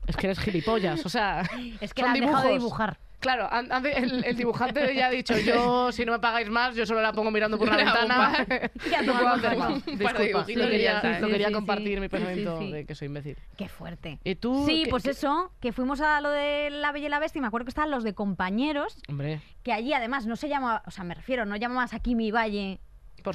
C: es que eres gilipollas, o sea,
B: es que
C: son
B: la han dejado de
C: dibujos. <laughs>
B: dibujar.
C: Claro, an- ante- el, el dibujante ya ha dicho, yo si no me pagáis más, yo solo la pongo
B: <laughs>
C: mirando por la
E: Le hago
C: ventana.
E: un
C: <laughs>
E: par-
B: Y a
C: no
B: tomar
C: puedo
B: por
C: hacer
B: culo.
C: más.
E: Un par de
C: Disculpa,
E: dibujitos
C: lo
E: y
C: quería,
E: ya está.
C: lo
B: Sí,
C: quería
B: sí, sí.
C: compartir mi
B: Sí,
C: pensamiento
B: sí, sí.
C: de que soy imbécil.
B: Qué fuerte.
C: ¿Y tú?
B: Sí,
C: Uh, qué-
B: pues
C: qué-
B: eso, que fuimos a lo de la Bella y la Bestia y me acuerdo que estaban los de compañeros,
C: Hombre,
B: que allí además no se llama, o sea, me refiero, no llamabas aquí mi valle
C: por,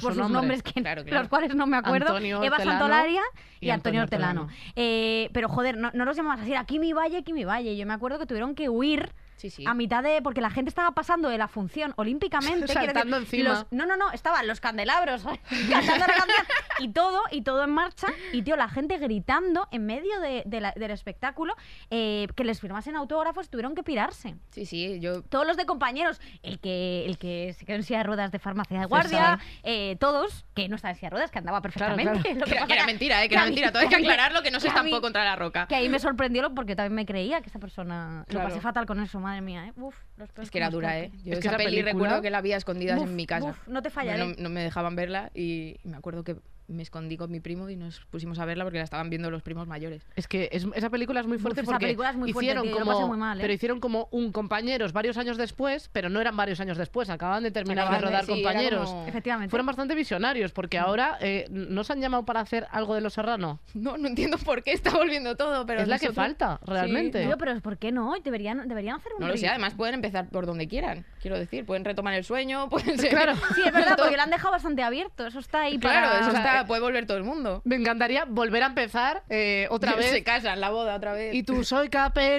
B: por,
C: su
B: sus
C: nombre.
B: nombres, que,
E: Claro,
B: <laughs>
E: claro.
B: los cuales no me acuerdo,
C: Antonio
B: Eva
C: Hortelano
B: Santolaria
C: y
B: y, Antonio
C: Antonio
B: Hortelano. Eh, pero joder, no, no los llamabas así, era aquí mi valle, aquí mi valle. Yo me acuerdo que tuvieron que huir
E: Sí, sí.
B: a mitad de. porque la gente estaba pasando de la función olímpicamente. quiero
C: Saltando encima.
B: los- no, no, no, estaban los candelabros <laughs> cantando la canción y todo, y todo en marcha, y tío, la gente gritando en medio de- de la- del espectáculo, eh, que les firmasen autógrafos, tuvieron que pirarse.
E: Sí, sí, yo
B: Todos los de compañeros, el que, el que se quedó en silla de ruedas de farmacia de guardia, eh, todos, que no estaba en silla de ruedas, que andaba perfectamente. <laughs> Lo que
E: Que era,
B: pasa
E: que era
B: que-
E: mentira, eh, que era
B: a mí- <laughs>
E: mentira. Todo hay que
B: a mí-
E: aclararlo, que no
B: que
E: se
B: a mí-
E: estampó contra la roca.
B: Que ahí me sorprendió lo- porque también me creía que esa persona.
C: Claro.
B: Lo pasé fatal con eso, madre mía, ¿eh? Uf, los peores
E: Es que era
B: nos
E: dura,
B: toque.
E: ¿eh? Yo
C: Es que
E: esa
C: esa
E: peli
C: película-
E: recuerdo que la vi a escondidas
B: Buf,
E: en mi casa.
B: buf, no te ¿eh?
E: No,
B: fallaré.
E: no me dejaban verla y me acuerdo que me escondí con mi primo y nos pusimos a verla porque la estaban viendo los primos mayores. <laughs>
C: Es que es- esa película es muy fuerte
B: Uf, esa
C: porque
B: película es muy fuerte,
C: hicieron
B: tío, yo lo
C: como
B: pasé muy mal, ¿eh?
C: pero hicieron como un compañeros varios años después, pero no eran varios años después, acaban de terminar de
E: Acaban de-
C: rodar
E: sí, era
C: compañeros.
E: como-
B: Efectivamente.
C: Fueron bastante visionarios porque ahora eh, no se han llamado para hacer algo de Los Serrano.
E: No, no entiendo por qué está volviendo todo, pero
C: es la que
E: nosotros-
C: falta realmente.
B: Tío, pero ¿por qué no? Deberían, deberían hacer un.
E: No lo sé,
B: re-
E: además pueden empezar por donde quieran. Quiero decir, pueden retomar el sueño, <laughs> pueden ser...
C: Claro.
B: Sí, es
E: <laughs>
B: verdad, porque lo han dejado bastante abierto. Eso está ahí para.
E: Claro, eso
C: o sea,
E: está, puede volver todo el mundo.
C: Me encantaría volver a empezar
E: <laughs>
C: eh, otra vez
E: Se casan, la boda otra vez. <laughs>
C: Y tú soy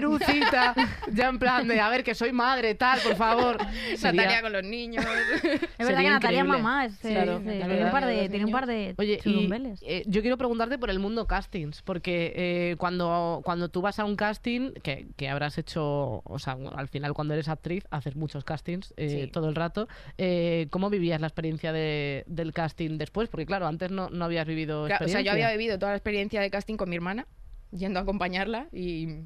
C: caperucita. ya en plan de, a ver, que soy madre, tal, por
E: <laughs>
C: favor.
E: Natalia
C: Sería-
E: con los <laughs> niños.
B: Es verdad
C: Sería
B: que Natalia es
C: increíble.
B: mamá. es,
C: Sí,
B: eh,
C: claro,
B: es, eh,
C: es
B: tiene, un par
E: verdad.
B: de, tiene un par de
C: Oye, y,
B: churumbeles.
C: eh, yo quiero preguntarte por el mundo castings, porque eh, cuando, cuando tú vas a un casting, que, que habrás hecho, o sea, al final cuando eres actriz, haces muchos castings eh,
E: Sí.
C: todo el rato, eh, ¿cómo vivías la experiencia de- del casting después? Porque claro, antes no, no habías vivido
E: Claro, o sea, yo había
C: experiencia.
E: vivido toda la experiencia de casting con mi hermana, yendo a acompañarla y,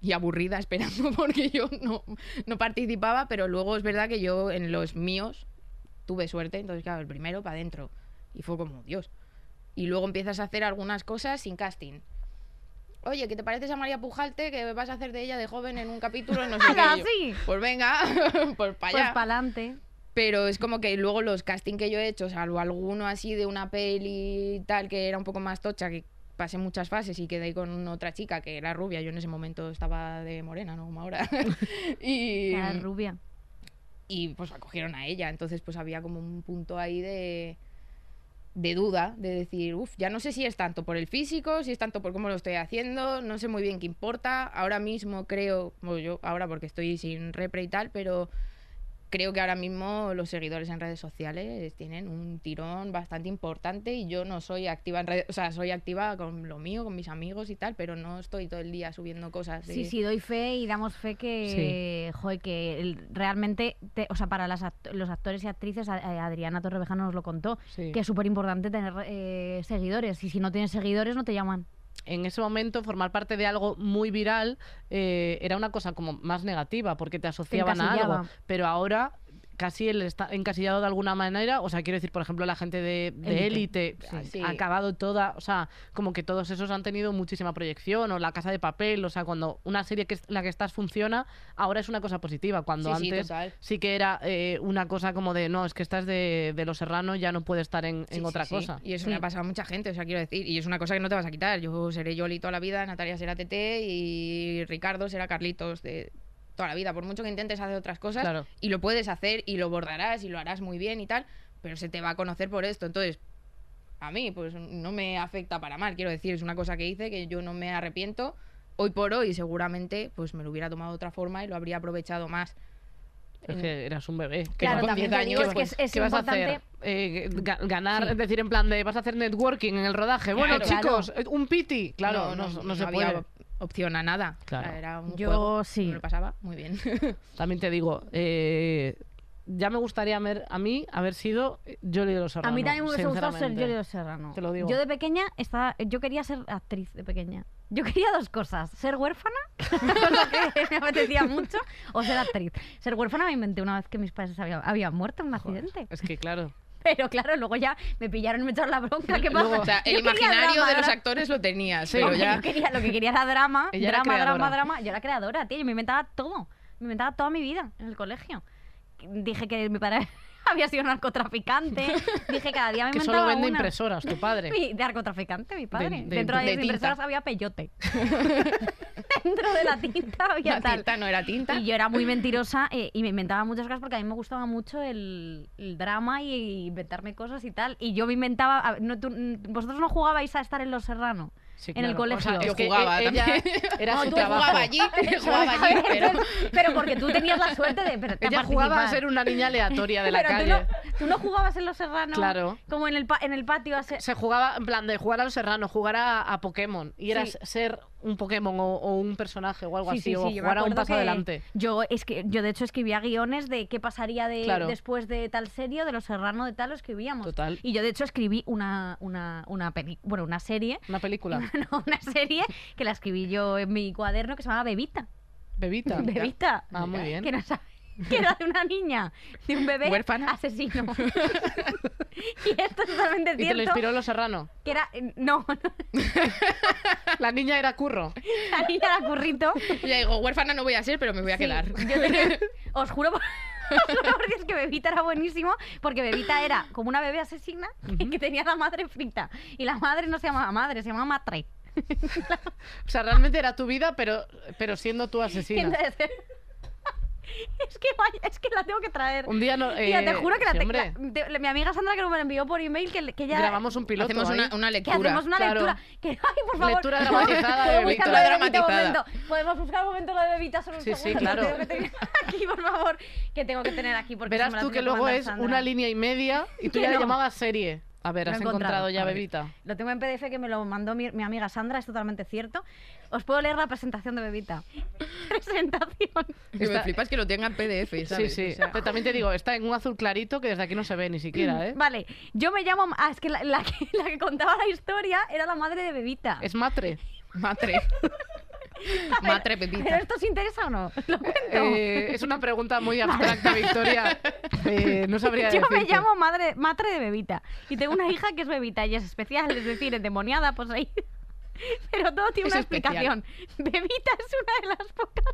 E: y aburrida esperando <laughs> porque yo no, no participaba, pero luego es verdad que yo en los míos tuve suerte, entonces claro, el primero para adentro y fue como Dios. Y luego empiezas a hacer algunas cosas sin casting. Oye, ¿qué te pareces a María Pujalte? Que vas a hacer de ella de joven en un capítulo, no <laughs> sé qué.
B: ¡Hala,
E: Y yo,
B: sí!
E: Pues venga, <laughs> pues para
B: Pues
E: allá.
B: para adelante.
E: Pero es como que luego los casting que yo he hecho, salvo alguno así de una peli y tal que era un poco más tocha, que pasé muchas fases y quedé con otra chica que era rubia, yo en ese momento estaba de morena, no como ahora. <laughs> y,
B: La rubia.
E: y pues acogieron a ella, entonces pues había como un punto ahí de de duda, de decir, uff, ya no sé si es tanto por el físico, si es tanto por cómo lo estoy haciendo, no sé muy bien qué importa, ahora mismo creo, bueno, yo ahora porque estoy sin repre y tal, pero creo que ahora mismo los seguidores en redes sociales tienen un tirón bastante importante y yo no soy activa en redes, o sea, soy activa con lo mío, con mis amigos y tal, pero no estoy todo el día subiendo cosas. de-
B: Sí, sí, doy fe y damos fe que, joder, que el- realmente, te- o sea, para las act- los actores y actrices, a- a- Adriana Torrevejano nos lo contó,
C: Sí.
B: que es súper importante tener eh, seguidores y si no tienes seguidores no te llaman.
C: en ese momento formar parte de algo muy viral eh, era una cosa como más negativa porque te asociaban a algo.
B: encasillaba.
C: Pero ahora casi él está encasillado de alguna manera. O sea, quiero decir, por ejemplo, la gente de, de
B: Élite.
C: élite ha-
E: Sí.
C: ha acabado toda. O sea, como que todos esos han tenido muchísima proyección o La Casa de Papel. O sea, cuando una serie que es- la que estás funciona, ahora es una cosa positiva. Cuando
E: Sí, sí,
C: antes
E: total.
C: sí que era eh, una cosa como de no, es que estás de, de Los Serrano, ya no puede estar en, en
E: Sí, sí,
C: otra
E: sí.
C: cosa. Mm,
E: Y eso
B: Sí.
E: le ha pasado a mucha gente, o sea, quiero decir, y es una cosa que no te vas a quitar. Yo seré Yoli toda la vida, Natalia será TT y Ricardo será Carlitos de toda la vida. Por mucho que intentes hacer otras cosas,
C: Claro.
E: y lo puedes hacer y lo bordarás y lo harás muy bien y tal, pero se te va a conocer por esto. Entonces, a mí, pues no me afecta para mal, quiero decir, es una cosa que hice que yo no me arrepiento. Hoy por hoy, seguramente, pues me lo hubiera tomado de otra forma y lo habría aprovechado más.
C: Es que eras un bebé. que
B: Claro,
C: no-
E: también te digo, es que
B: es- es
C: pues, ¿Qué vas a hacer?
B: importante-
C: Eh, ga- ganar, es decir, en plan de vas a hacer networking en el rodaje. Bueno,
E: Claro.
C: chicos, eh, un piti. Claro, no, no se
E: había
C: puede.
E: opción a nada.
C: Claro.
E: Era un
B: Yo
E: juego,
B: sí.
E: Me lo pasaba muy bien. <laughs>
C: También te digo, eh, ya me gustaría ver- a mí haber sido Jolly de los
B: a
C: Serrano.
B: mí también me hubiese gustado ser
C: sinceramente.
B: Yoli de Serrano.
C: Te lo digo.
B: Yo de pequeña estaba, yo quería ser actriz de pequeña. Yo quería dos cosas, ser huérfana, <laughs> cosa que me apetecía mucho, o ser actriz. Ser huérfana me inventé una vez que mis padres habían, habían muerto en un accidente.
C: Es que claro.
B: <laughs> Pero claro, luego ya me pillaron y me echaron la bronca. <laughs>
E: <laughs>
B: ¿Qué pasa?
C: Luego,
E: O sea,
B: Yo
E: el
B: quería
E: imaginario
B: drama,
E: de los
B: dra-
E: actores lo tenías,
C: Sí.
B: <laughs>
E: pero
B: Hombre,
E: ya...
B: Yo quería, lo que quería era drama,
C: Ella era
B: drama, drama,
C: creadora.
B: drama. Yo era creadora, tío. Yo me inventaba todo. Me inventaba toda mi vida en el colegio. Dije que mi padre <laughs> había sido narcotraficante. Dije que cada día me
C: Que
B: inventaba
C: solo vende
B: una.
C: impresoras, tu
B: <laughs>
C: padre.
B: Mi- de narcotraficante, mi padre.
C: de-
B: Dentro de, las
E: de tinta.
B: impresoras había peyote. <laughs> Dentro de la tinta había
E: La
B: tal.
E: tinta no era tinta.
B: Y yo era muy mentirosa eh, y me inventaba muchas cosas porque a mí me gustaba mucho el, el drama y, mm, inventarme cosas y tal. Y yo me inventaba. a- no, tú- n- vosotros no jugabais a estar en Los Serrano.
C: Sí,
B: en el
C: claro. O sea,
B: colegio.
C: es
B: Yo
C: que
F: jugaba
C: e- ella
F: también.
C: <laughs> Era
E: No,
C: su
E: tú
C: trabajo.
B: <laughs>
E: jugaba allí, jugaba allí, pero...
B: Pero porque tú tenías la suerte de. per- de
C: Ella jugaba a
B: participar.
C: ser una niña aleatoria de la
B: Pero
C: calle.
B: Tú no, tú no jugabas en los serranos.
C: Claro.
B: Como en el, pa- en el patio a ser.
C: Se jugaba en plan de jugar a los serranos, jugar a, a Pokémon. Y era
B: Sí.
C: ser un Pokémon o, o un personaje o algo
B: Sí,
C: así,
B: sí,
C: o
B: sí, yo me
C: jugar a un
B: acuerdo
C: paso
B: que
C: adelante.
B: Yo, es que, yo de hecho escribía guiones de qué pasaría de,
C: Claro.
B: después de tal serie, o de los serrano de tal, lo escribíamos.
C: Total.
B: Y yo de hecho escribí una, una, una peli- bueno, una serie, <laughs>
C: Una película.
B: no, una serie que la escribí yo en mi cuaderno que se llamaba Bebita.
C: Bebita.
B: Bebita.
C: Ah, muy bien.
B: Que no sabe- que era de una niña, de un bebé
C: <laughs>
E: Huérfana.
B: asesino. <laughs> y esto es totalmente
C: Y te lo
B: cierto.
C: inspiró Los Serrano.
B: Que era. eh, No, <laughs> no,
C: La niña era curro.
B: la niña era currito.
E: Y ya digo, huérfana no voy a ser, pero me voy a
B: Sí,
E: quedar.
B: yo
C: <laughs>
B: tenía- os juro por... <laughs> os juro por Dios que Bebita era buenísimo, porque Bebita era como una bebé asesina que tenía la madre frita. Y la madre no se llamaba madre, se llamaba matre.
C: O sea, realmente era tu vida, pero, pero siendo tú
B: Y
C: asesina.
B: entonces- <laughs> es, que vaya- es que la tengo que traer.
C: Un día no. eh,
B: Tía, te juro que la
C: sí,
B: tengo.
C: hombre,
B: Mi amiga Sandra que me la envió por email que, le- que ya.
C: grabamos un piloto.
E: <laughs> Hacemos
C: ahí.
E: una, una
B: que
E: lectura.
B: ¿eh? hacemos una
C: claro.
B: lectura. Que, <laughs> ay, por favor.
C: Lectura dramatizada de
B: Podemos buscar
E: Bebita.
B: lo de Bebita un
E: Dramatizada.
B: momento. Podemos buscar un momento lo de Bebita solo un
C: Sí, sí,
B: segundo.
C: claro.
B: Lo tengo que tener <laughs> aquí, por favor. Que tengo que tener aquí. Porque se me
C: Verás
B: la
C: tú
B: tiene
C: que luego
B: mandar
C: es
B: Sandra.
C: una línea y media y tú
B: Que
C: ya la
B: no.
C: llamabas serie. A ver,
B: Lo he
C: has encontrado, ya
B: A ver,
C: Bebita.
B: Lo tengo en PDF que me lo mandó mi, mi amiga Sandra, es totalmente cierto. Os puedo leer la presentación de Bebita. <laughs> presentación.
E: Que me
C: Está-
E: flipas que lo tenga en PDF, ¿sabes?
C: Sí, sí.
E: O sea,
C: Pero también te digo, está en un azul clarito que desde aquí no se ve
B: <clears throat>
C: ni siquiera, ¿eh?
B: Vale, yo me llamo... Ah, es que la, la que la que contaba la historia era la madre de Bebita.
C: Es matre.
E: matre. matre
B: ¿Pero
E: Pepita.
B: <laughs> esto os interesa o <laughs>
C: <laughs>
B: no? Lo cuento.
C: Eh, es una pregunta muy
B: <laughs>
C: abstracta, Victoria. Eh, no sabría
B: Yo me
C: decirte.
B: llamo madre, madre de Bebita. Y tengo una hija que es Bebita y es especial, es decir, endemoniada, pues ahí. <laughs> Pero todo tiene
E: Es
B: una
E: especial.
B: explicación. Bebita es una de las pocas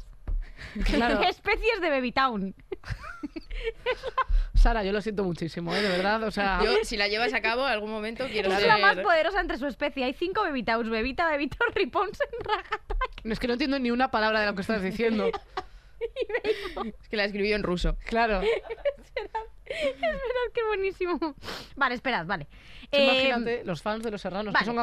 C: Claro.
B: especies de Bebitown.
C: Sara, yo lo siento muchísimo, ¿eh? De verdad, o sea...
E: Yo, si la llevas a cabo, algún momento quiero
B: Es
E: ser...
B: la más poderosa entre su especie. Hay cinco Bebitauns. Bebita, Bebitor, Riponsen, Rajata
C: Es que no entiendo ni una palabra de lo que
B: <laughs>
C: estás diciendo.
E: Es que la escribí en ruso.
C: Claro.
B: Es verdad que buenísimo. Vale, esperad, vale.
C: Tú
B: Eh,
C: Imagínate, los fans de Los Serranos,
B: vale,
C: que son
B: va-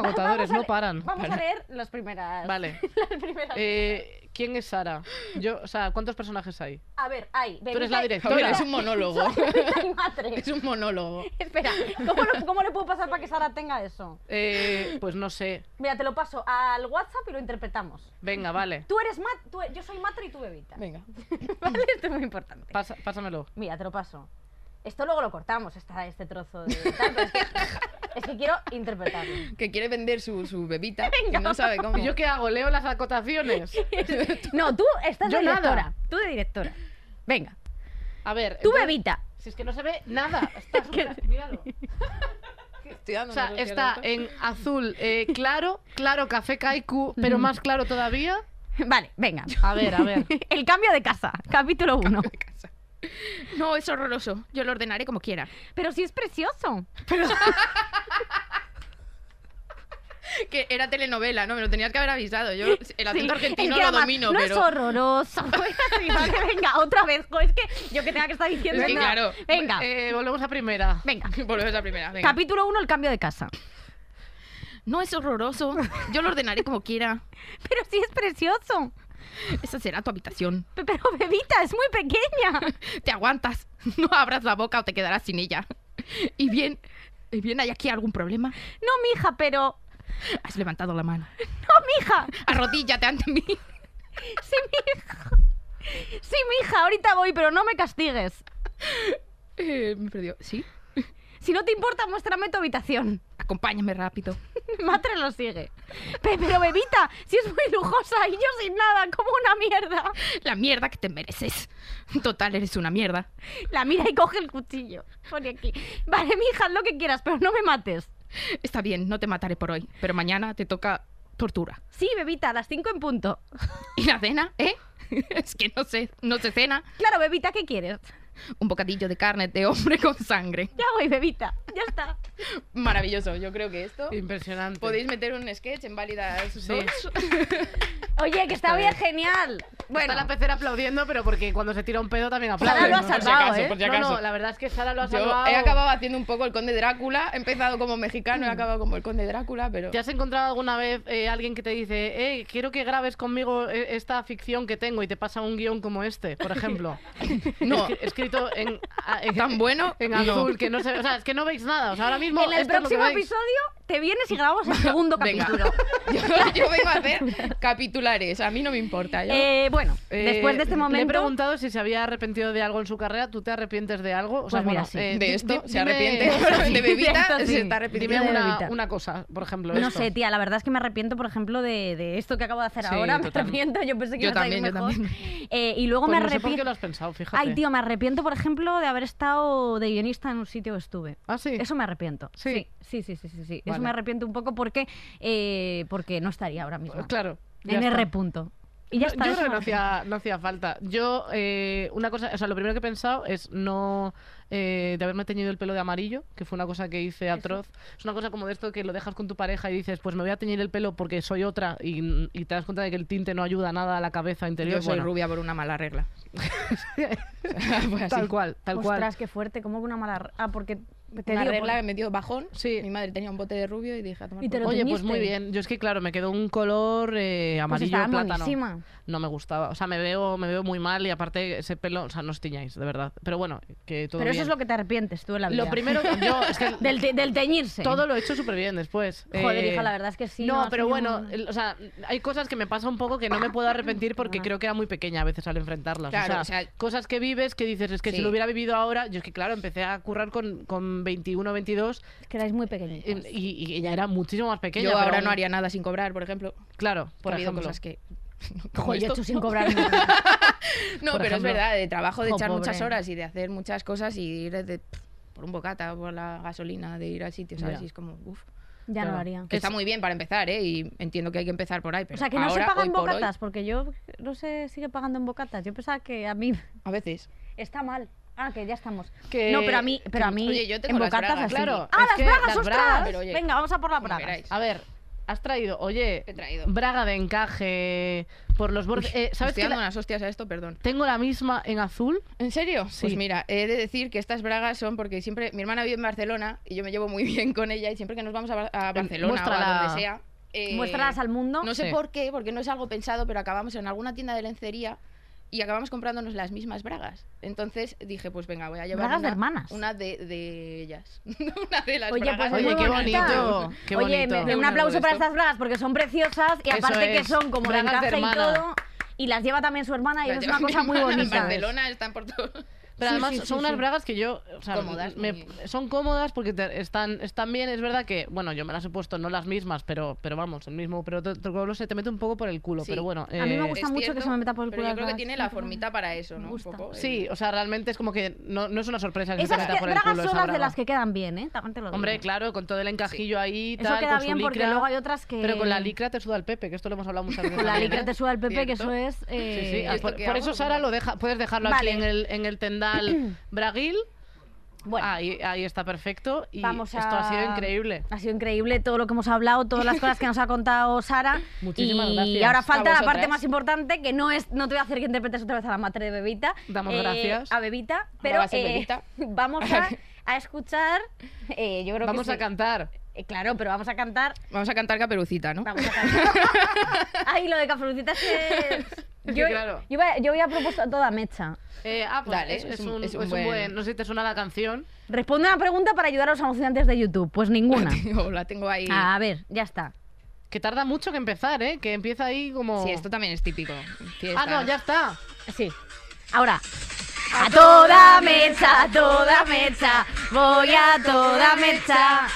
B: vamos
C: agotadores,
B: a
C: no
B: le-
C: paran.
B: Vamos a leer las primeras.
C: Vale.
B: <laughs> las primeras.
C: Eh, ¿Quién es Sara? Yo, o sea, ¿cuántos personajes hay?
B: A ver, ahí.
C: Tú eres la
E: A ver,
C: directora.
E: es un
B: <laughs>
E: monólogo.
B: Bebita y
C: <laughs>
B: madre.
E: es un monólogo.
B: Espera, ¿cómo, lo- ¿cómo le puedo pasar para que Sara tenga eso?
C: Eh, pues no sé.
B: Mira, te lo paso al WhatsApp y lo interpretamos.
C: Venga, vale.
B: Tú eres Mat, tú- e, yo soy Matre y tú Bebita.
E: Venga.
B: <laughs> Vale, esto es muy importante.
C: Pasa- pásamelo.
B: Mira, te lo paso. Esto luego lo cortamos, esta, este trozo de... tal, pero es, que,
C: <laughs>
B: es que quiero interpretarlo.
E: Que quiere vender su,
B: <laughs>
E: su bebita y no sabe cómo.
C: ¿Y yo qué hago? ¿Leo las acotaciones?
B: No, tú estás
C: Yo
B: de
C: nada.
B: directora. Tú de directora. Venga,
C: A ver.
B: tú
C: entonces-
B: Bebita.
C: Si es que no se ve
B: <laughs>
C: nada. Está súper- míralo.
E: Estoy
C: O
E: dando
C: sea,
E: unos
C: está
E: izquierdos.
C: en azul eh, claro, claro café <laughs> kaiku, pero más claro todavía.
B: Vale,
C: <laughs>
B: venga.
C: Mm. A ver, a ver.
B: El cambio de casa, capítulo 1.
E: de casa. No, es horroroso. Yo lo ordenaré
B: <laughs>
E: como quiera.
B: Pero sí es precioso.
E: Que era telenovela, ¿no? Me lo tenías que haber avisado. Yo el acento
B: Sí, es
E: argentino
B: que
E: lo
B: además,
E: domino,
B: no
E: pero...
B: es horroroso. <laughs> Sí, vale, venga, otra vez. jo, Es que yo que tenga que estar diciendo
E: Es que
B: nada.
E: claro.
B: Venga,
C: Eh, volvemos a primera.
B: venga.
E: <laughs> Volvemos a la primera, venga.
B: Capítulo 1, el cambio de casa. <laughs>
E: No es horroroso. Yo lo ordenaré como quiera.
B: Pero sí es precioso.
E: Esa será tu habitación.
B: Pe- Pero Bebita es muy pequeña.
E: Te aguantas. <laughs> No abras la boca o te quedarás sin ella. Y bien, y bien, ¿hay aquí algún problema?
B: No, mija, pero...
E: Has levantado la mano.
B: No, mija.
E: Arrodíllate ante mí.
B: Sí, mija. Sí, mija, ahorita voy, pero no me castigues.
E: <laughs> Eh, me perdió. ¿Sí?
B: Si no te importa, muéstrame tu habitación. <laughs>
E: Acompáñame rápido.
B: Matre lo sigue. Pe- Pero Bebita, si es muy lujosa y yo sin nada, como una mierda.
E: La mierda que te mereces. Total, eres una mierda.
B: La mira y coge el cuchillo. Pone aquí. Vale, mija, haz lo que quieras, pero no me mates.
E: Está bien, no te mataré por hoy, pero mañana te toca tortura.
B: Sí, Bebita, a las 5 en punto.
E: ¿Y la cena, eh? <laughs> Es que no sé, no se cena.
B: Claro, Bebita, ¿qué quieres?
E: Un bocadillo de carne de hombre <laughs> con sangre.
B: Ya voy, Bebita. Ya está.
E: Maravilloso, yo creo que esto.
C: Impresionante.
E: Podéis meter un sketch en válidas. dos.
B: Oye, que está
C: Está
B: bien,
C: bien.
B: genial. Bueno,
C: Está la pecera aplaudiendo, pero porque cuando se tira un pedo también aplaude.
B: Sara lo ha
C: ¿no?
B: salvado, ¿eh?
E: por si
C: No,
E: acaso.
C: no, la verdad es que Sara lo ha
E: Yo
C: salvado.
E: he acabado haciendo un poco el conde Drácula. He empezado como mexicano, he
B: Mm.
E: acabado como el conde Drácula, pero.
C: ¿Te has encontrado alguna vez eh, alguien que te dice, eh, quiero que grabes conmigo eh, esta ficción que tengo y te pasa un guión como este, por <laughs> ejemplo?
E: No.
C: Escri- escrito en, a- en-
E: Tan bueno.
C: en
E: no.
C: azul, que no se O sea, es que no veis nada. O sea, ahora mismo.
B: en el
C: esto es lo que
B: próximo
C: veis.
B: episodio te vienes y grabamos
C: <laughs>
B: el segundo
E: Venga.
B: capítulo.
E: <laughs> Yo, yo vengo a hacer capitulares. A mí no me importa. Yo...
B: Eh, bueno,
C: Eh,
B: después de este
C: Le he
B: momento.
C: preguntado si se había arrepentido de algo en su carrera. ¿Tú te arrepientes de algo? O sea,
B: Pues mira,
C: bueno,
B: sí.
C: eh,
E: de
C: di-
E: esto
C: di-
E: se
B: <laughs>
C: dime-
E: arrepiente.
C: <laughs>
E: <laughs>
B: Sí,
E: De bebita
B: esto sí.
E: se está arrepintiendo.
C: Dime
B: de
C: una,
B: Lolita.
C: una cosa, por ejemplo.
B: No
C: esto.
B: sé, tía, la verdad es que me arrepiento, por ejemplo, de, de esto que acabo de hacer
C: Sí,
B: ahora. Me
C: total.
B: arrepiento, yo pensé que
E: Yo
B: iba a salir
E: también, yo
B: mejor. Eh, y luego
C: Pues
B: me
C: no sé por qué
B: arrepiento.
C: lo has pensado, fíjate.
B: Ay, tío, me arrepiento, por ejemplo, de haber estado de guionista en un sitio que estuve.
C: Ah, sí.
B: Eso me arrepiento. Sí, sí,
C: Sí.
B: sí, sí, sí. sí. Eso
C: Vale.
B: me arrepiento un poco porque, eh, porque no estaría ahora mismo.
C: Pues Claro. ya
B: en
C: está.
B: R. Punto. Y ya
C: No,
B: está.
C: Yo
B: eso
C: creo que
B: me
C: no
B: arrepiento.
C: hacía, no hacía falta. Yo, eh, una cosa, o sea, lo primero que he pensado es no. eh, de haberme teñido el pelo de amarillo, que fue una cosa que hice atroz. Es una cosa como de esto que lo dejas con tu pareja y dices, pues me voy a teñir el pelo porque soy otra y, y te das cuenta de que el tinte no ayuda nada a la cabeza interior.
E: Yo soy
C: Bueno,
E: rubia por una mala <laughs> regla. Pues así.
C: Tal cual, tal cual.
B: Ostras, qué fuerte, como que una mala. re- Ah, porque te
E: una
B: digo,
E: regla
B: por-
E: que me dio bajón.
C: Sí.
E: Mi madre tenía un bote de rubio y dije a tomar
B: Y te
E: por
B: lo
E: culo.
C: Oye, pues
B: teñiste.
C: muy bien. Yo es que, claro, me quedó un color eh,
B: pues
C: amarillo
B: estaba
C: plátano.
B: monísima.
C: No me gustaba. O sea, me veo, me veo muy mal y aparte ese pelo, o sea, no os tiñáis, de verdad. Pero bueno, que todo
B: Pero eso
C: bien.
B: es lo que te arrepientes tú en la vida.
C: Lo primero
E: <laughs>
C: que yo es que
B: <laughs> Del, te- del teñirse.
C: todo lo he hecho súper bien después.
B: Joder,
C: Eh,
B: hija, la verdad es que sí.
C: no,
B: has
C: pero
B: tenido
C: bueno,
B: un-
C: el- o sea, hay cosas que me pasa un poco que no me puedo arrepentir porque
B: Perdona.
C: creo que era muy pequeña a veces al enfrentarlas.
E: Claro,
C: o, sea,
E: o sea-
C: cosas que vives que dices, es que si
E: Sí.
C: lo hubiera vivido ahora, yo es que claro, empecé a currar con, con 21, 22
B: Es que erais muy pequeñitos.
C: y, y ella era muchísimo más pequeña.
E: Yo
C: pero
E: ahora
C: aún-
E: no haría nada sin cobrar, por ejemplo.
C: Claro, por
E: Ha habido
C: ejemplo.
E: cosas que. <laughs> como
B: Joder, yo he
E: esto.
B: hecho sin cobrar.
C: <laughs>
E: No,
C: Por
E: pero
C: ejemplo.
E: es verdad, de trabajo, de
B: Jo,
E: echar
B: Oh, pobre.
E: muchas horas y de hacer muchas cosas y ir de, pff, por un bocata, por la gasolina, de ir al sitio, ¿sabes?
C: Ya.
E: Y es como, uff.
B: ya no
C: Claro.
B: lo haría.
E: Que está muy bien para empezar, ¿eh? Y entiendo que hay que empezar por ahí. Pero
B: Ah. O sea, que no
E: ahora,
B: se pagan
E: hoy por hoy,
B: bocatas, porque yo no se sigue pagando en bocatas. Yo pensaba que a mí <laughs>
E: a veces.
B: está mal. Ah, que ya estamos.
C: Que-
B: no, pero a mí, pero a mí
E: Oye, yo tengo
B: en
E: las
B: bocatas
E: bragas,
B: así.
C: claro.
B: Ah,
C: Es
B: las
C: que
B: bragas,
C: las
B: ostras.
C: bragas,
E: pero oye,
B: Venga, vamos a por las
E: como
B: bragas.
E: queráis.
C: A ver, has traído, oye,
E: He traído.
C: braga de encaje por los bordes. Eh,
E: ¿Sabes
C: ¿Sabes
E: Estoy
C: que
E: dando
C: la-
E: unas hostias a esto, perdón.
C: tengo la misma en azul?
E: ¿En serio?
C: Sí.
E: Pues mira, he de decir que estas bragas son porque siempre mi hermana vive en Barcelona y yo me llevo muy <laughs> bien con ella y siempre que nos vamos a, Bar- a Barcelona o
C: muéstrala.
E: a donde sea. eh,
B: Muéstralas al mundo.
E: No sé
C: Sí.
E: por qué, porque no es algo pensado, pero acabamos en alguna tienda de lencería y acabamos comprándonos las mismas bragas. Entonces dije, pues venga, voy a llevar
B: Bragas de
E: una,
B: hermanas.
E: una de, de ellas. <laughs> una de las
B: Oye, pues
E: bragas.
B: es
C: Oye,
B: muy
C: qué
B: bonita.
C: bonito, qué
B: Oye, me-
C: bonito.
B: un
E: Una
B: aplauso
E: de
B: para
E: esto.
B: estas bragas porque son preciosas y
C: Eso
B: aparte que
C: es,
B: son como de
C: bragas de
B: encaje y
C: hermana.
B: todo. Y las lleva también su hermana y
E: Las
B: es
E: lleva
B: una cosa
E: mi
B: muy
E: hermana En
B: bonita.
E: Barcelona están por todo.
C: Pero
B: Sí,
C: además
B: sí, sí,
C: son unas
B: sí.
C: bragas que yo, o sea,
E: Cómodas,
C: me-
E: muy-
C: son cómodas porque te- están, están bien. Es verdad que, bueno, yo me las he puesto, no las mismas, pero, pero vamos, el mismo, pero otro color se te mete un poco por el culo.
E: Sí.
C: Pero bueno,
B: A mí me
C: eh,
B: gusta mucho que se me meta por el
E: pero
B: culo
E: Yo
B: las
E: creo que
B: bragas,
E: tiene
B: sí,
E: la
B: me
E: formita para eso,
B: Me
E: ¿no?
B: gusta.
E: Un poco, eh.
C: Sí, o sea, realmente es como que no, no es una sorpresa que se te
B: Esas
C: meta
B: que-
C: por el
B: bragas
C: culo.
B: son
C: esa
B: las de
C: braga.
B: las que quedan bien, ¿eh? También te lo digo.
C: Hombre, claro, con todo el encajillo ahí,
B: Eso
C: tal,
B: queda
C: con su
B: bien porque
C: licra.
B: luego hay otras que-
C: Pero con la licra te suda el pepe, que esto lo hemos hablado <laughs> muchas veces.
B: Con la
C: también,
B: licra
C: ¿eh?
B: te suda el Pepe, que eso
E: Cierto.
B: es.
C: Sí, sí,
B: eh,
C: ah,
E: ¿esto
C: por,
E: qué
C: por
E: hago?
C: eso Sara lo deja, puedes dejarlo
B: Vale.
C: aquí en el, en el <clears throat> tendal Braguil.
B: Bueno.
C: Ahí, ahí está perfecto y
B: Vamos
C: esto ha sido
B: a-
C: increíble.
B: Ha sido increíble todo lo que hemos hablado, todas las cosas que nos ha contado Sara.
C: <laughs> Muchísimas
B: y
C: gracias.
B: ahora falta
E: A
B: la
E: vosotras.
B: parte más importante, que no es, no te voy a hacer que interpretes otra vez a la madre de Bebita.
C: Damos
B: eh,
C: gracias.
B: A Bebita, pero
E: va a ser
B: eh,
E: Bebita.
B: <laughs> vamos a, a escuchar. eh, yo creo
C: Vamos
B: que
C: a
B: sí.
C: cantar.
B: Eh, claro, pero vamos a cantar.
E: Vamos a cantar Caperucita, ¿no?
B: Vamos a
C: <laughs>
B: cantar. Ay, lo de Caperucita es.
C: que
B: Yo,
C: claro.
B: yo, voy a- yo había propuesto a toda mecha.
C: Eh, ah, pues
E: Dale,
C: es, es un, es un buen... No sé si te suena la canción.
B: Responde una pregunta para ayudar a los anunciantes de YouTube. Pues
C: <laughs>
B: ninguna.
E: <laughs> Digo, la tengo ahí.
C: Ah,
B: A ver, ya está.
C: Que tarda mucho que empezar, ¿eh? Que empieza ahí como...
E: Sí, esto también es típico.
C: Ah, no,
E: <laughs>
C: ya está.
B: Sí. Ahora. A toda mecha, a toda mecha, voy a toda mecha.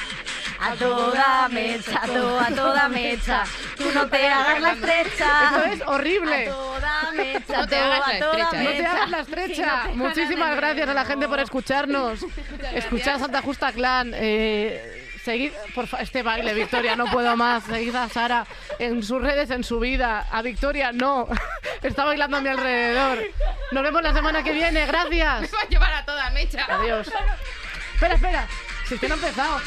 B: A toda mecha, a, to- a toda mecha, tú no te hagas la estrecha.
C: Esto <laughs> es horrible.
B: A toda mecha,
E: No te
B: to-
E: hagas
B: a
E: la
B: toda
E: estrecha, ¿eh?
C: No te
B: mecha.
C: hagas la
B: Sí, no te
C: estrecha.
B: hagas la
C: Muchísimas
B: de-
C: gracias a la gente por <laughs> escucharnos. Escuchad Santa Justa Clan. Eh, seguid por fa- este baile, Victoria, no puedo más. Seguid a Sara en sus redes, en su vida. A Victoria, no. <laughs> Está bailando a mi alrededor. Nos vemos la semana que viene. Gracias.
E: Me va a llevar a toda mecha.
C: Adiós. Espera, espera. Si usted no ha empezado.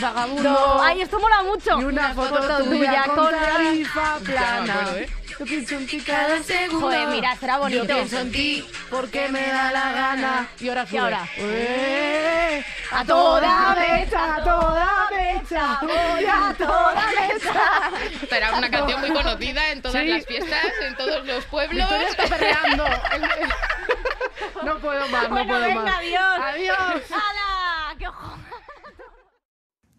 C: Vagabundo.
B: No. Ay, esto mola mucho.
C: Y una foto, tuya con tarifa plana. Yo pienso en ti cada segundo.
B: Joder, mira, será bonito.
C: Yo pienso en ti porque me da la gana. Y ahora sube.
B: ahora?
C: Ué,
B: A toda
C: mecha, a toda mecha, voy a toda mecha.
E: Esta era
C: <laughs>
E: una canción muy conocida en todas
C: Ah, Sí.
E: las fiestas, en todos los pueblos.
C: <laughs> Victoria está <laughs> perreando. No puedo más, no
B: Bueno,
C: puedo
B: venga,
C: más.
B: adiós.
C: Adiós.
B: ¡Hala! ¡Qué ojo!